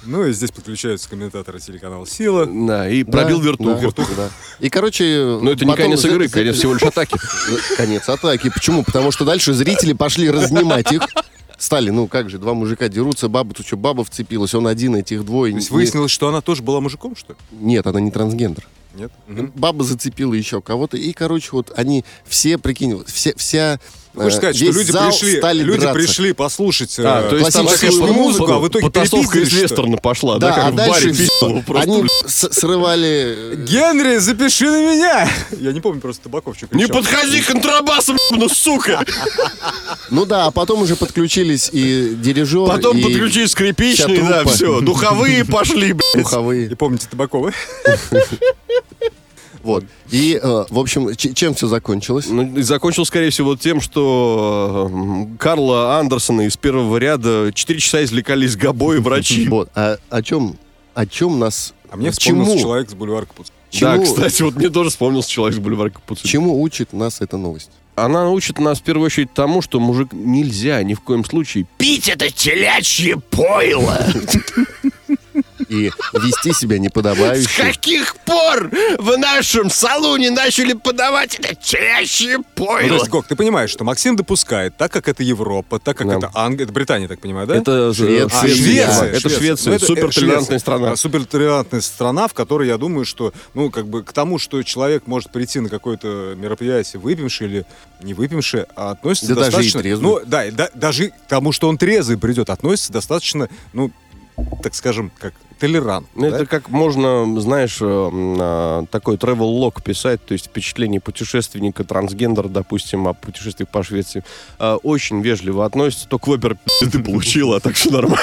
Ну и здесь подключаются комментаторы телеканала «Сила».
Да, и
Да,
пробил
да,
вертуху.
да. И, короче...
Но это не
потом
конец
за-
игры,
за-
конец всего лишь атаки.
за- Конец атаки. Почему? Потому что дальше зрители пошли разнимать их. Стали, ну как же, два мужика дерутся, баба, тут что, баба вцепилась, он один, этих двое.
То есть
не-
выяснилось, что она тоже была мужиком, что ли?
Нет, она не трансгендер.
Нет?
Баба зацепила еще кого-то, и, короче, вот они все, прикинь, вот все, вся...
Ты хочешь
э,
сказать, что
весь
люди
зал
пришли,
стали
люди
драться.
пришли послушать э,
А, то есть там
классическую
классическую
такая
музыку, а в итоге
Потасовка из
перепиздили, что ли?
вестерна пошла, да,
Да,
как
а
в баре
дальше всё.
пиздил просто.
они
блядь.
с- срывали... э,
Генри, запиши на меня! Я не помню, просто Табаковчик.
Не подходи к контрабасам, ну сука!
Ну да, а потом уже подключились и дирижеры,
Потом
и
подключи скрипичный,
вся
да,
труппа.
все. Духовые пошли, блядь.
духовые.
И помните Табакова?
Вот. И, э, в общем, ч- чем все закончилось?
Ну, и закончил, скорее всего, тем, что э, м, Карла Андерсона из первого ряда 4 часа извлекались гобои врачи.
Вот. А о чем, о чем нас...
А мне
чему,
вспомнился человек с бульвара Капуцина.
Да,
чему-
кстати, вот мне тоже вспомнился человек с бульвара Капуцина.
чему учит нас эта новость?
Она учит нас в первую очередь тому, что мужик нельзя ни в коем случае пить это телячье пойло.
И вести себя
С
неподобающе.
каких пор в нашем салоне начали подавать это телячье
Ну, то
пойло?
есть, Гок, ты понимаешь, что Максим допускает, так как это Европа, так как
Да.
это Англия, это Британия, так понимаю, да?
Это
Швеция.
А,
э,
Швеция,
Это Швеция.
Ну, это, э,
Супертолерантная
Швеция.
страна.
А, Супертолерантная страна, в которой, я думаю, что, ну, как бы к тому, что человек может прийти на какое-то мероприятие выпивший или не выпивший, а относится
Да даже и
достаточно...
трезвый.
Ну, да, и да- даже к тому, что он трезвый придет, относится достаточно, ну, так скажем, как толерант.
Ну, это как можно, знаешь, э, м, а, такой travel лог писать, то есть впечатление путешественника, трансгендер, допустим, о путешествиях по Швеции. А, Очень вежливо относится, только в опер
Ты получила, а так все нормально.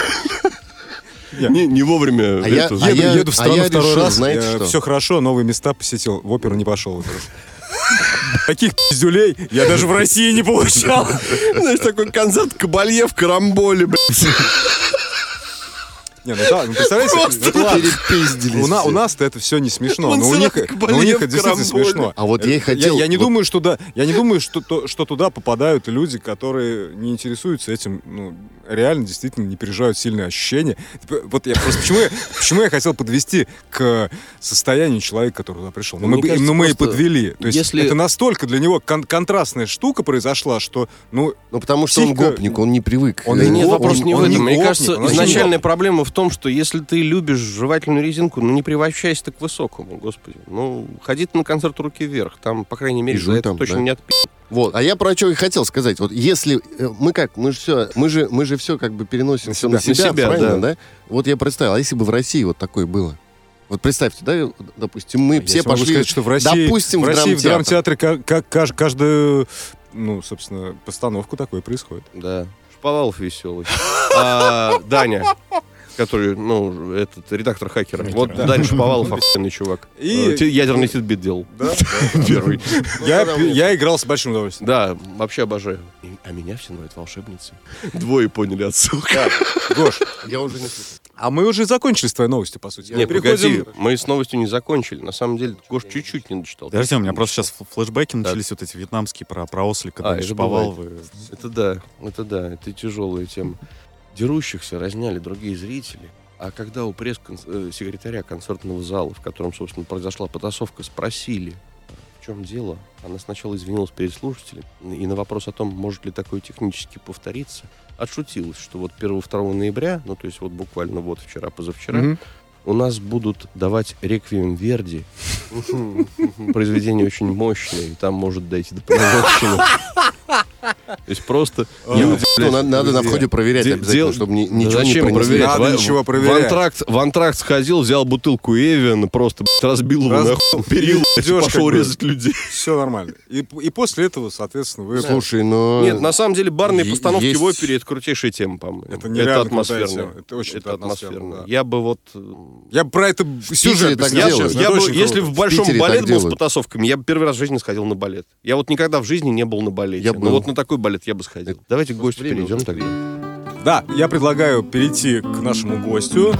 Я-
Не, не вовремя.
А я-
это-
а
Еду,
я-
еду в страну
а я
второй
решил,
раз,
знаете что?
все хорошо, новые места посетил, в оперу не пошел. Таких пиздюлей я даже в России не получал.
Знаешь, такой концерт Кабалье в Карамболе, блядь.
Не, ну да, ну представляете, это ладно.
Перепиздились.
у, на- у
все.
нас-то это все не смешно, но у них,
Монсеррат
но у
Кабалье
них это
в
действительно
карамболе.
смешно.
А вот я и
Это-
хотел-
Я, не
вот-
думаю, что да, я не думаю, что, то- что туда попадают люди, которые не интересуются этим, ну, реально действительно не переживают сильные ощущения. Типа, Вот я просто почему я, почему я хотел подвести к состоянию человека, который туда пришел. Но
Ну, Мне
мы, бы-
кажется,
но мы и
просто
подвели. То есть
если-
это настолько для него кон- контрастная штука произошла, что, ну,
Ну, потому что он
Психика-
гопник, он не привык.
Он
Э,
и
Нет,
гопник,
вопрос не в
он не
этом. Мне
гопник,
кажется,
он вообще не
изначальная проблема в том, что если ты любишь жевательную резинку, ну не превращайся ты к высокому, господи. Ну, ходи ты на концерт руки вверх, там, по крайней мере,
И
за
жуй
это
там,
точно
да.
не отпи...
Вот, а я про что и хотел сказать. Вот если э, мы как, мы же все, мы же, мы же все как бы переносим все на
себя.
себя,
На себя,
правильно, да. Вот я представил, а если бы в России вот такое было? Вот представьте, да, допустим, мы все
А, я тебе могу
пошли,
сказать, что в России,
допустим,
в,
в
России в
драмтеатр.
драмтеатре ка- ка- каж- каждую, ну, собственно, постановку такое происходит.
Да. Шповалов веселый. А, Даня, который, ну, этот редактор хакера. Вот Даня Шповалов охуенный чувак.
И-
Э, те- Ядерный титбит делал.
Да,
Первый.
Я, я играл с большим удовольствием.
Да, вообще обожаю. И- А меня все называют волшебницей.
Двое поняли отсылку.
Гош,
Я уже не слышу.
а мы уже закончили с твоей новостью, по сути.
Не,
Мы переходим-
погоди, мы с новостью не закончили. На самом деле, Гош чуть-чуть не дочитал.
Подожди, у меня просто сейчас фл- флешбэки
Так.
начались вот эти вьетнамские про, про ослика,
А,
да,
это
Шповаловы.
Это да, это да, это тяжелая тема. Дерущихся разняли другие зрители. А когда у пресс-секретаря концертного зала, в котором, собственно, произошла потасовка, спросили, а, в чем дело, она сначала извинилась перед слушателем и на вопрос о том, может ли такое технически повториться, отшутилась, что вот 1-2 ноября, ну то есть вот буквально вот вчера-позавчера,
Мгм.
у нас будут давать реквием Верди. Произведение очень мощное, и там может дойти до порядочного. То есть просто... люди, блядь,
надо, надо Ну, на
друзья.
входе проверять
Де-
обязательно,
дел-
чтобы ни-
Да
ничего не
зачем
пронесли.
проверять?
Надо
Ва-
ничего
в
проверять.
антракт- В антракт сходил, взял бутылку Эвиан, просто блядь, разбил его
Раз-
нахуй, перил, блядь,
Идёшь,
пошел
как бы.
резать людей.
Все нормально. И, и после этого, соответственно, вы...
Слушай, ну, но...
Нет, на самом деле барные
Е-
постановки
есть-
в опере это крутейшая тема, по-моему.
Это нереально
атмосферно.
крутая тема. Это очень
это
атмосферно, да.
атмосферно. Я бы вот... э,
Я бы про это сюжет
так
объяснял,
делают.
честно,
Я
это
бы,
очень
если
круто.
в большом
Питере так
балет был с
делают.
потасовками, я бы первый раз в жизни сходил на балет. Я вот никогда в жизни не был на балете.
Я
Но
был.
вот на такой балет я бы сходил. Давайте к гостю
время
перейдем
уже
тогда.
Да, я предлагаю перейти к нашему гостю.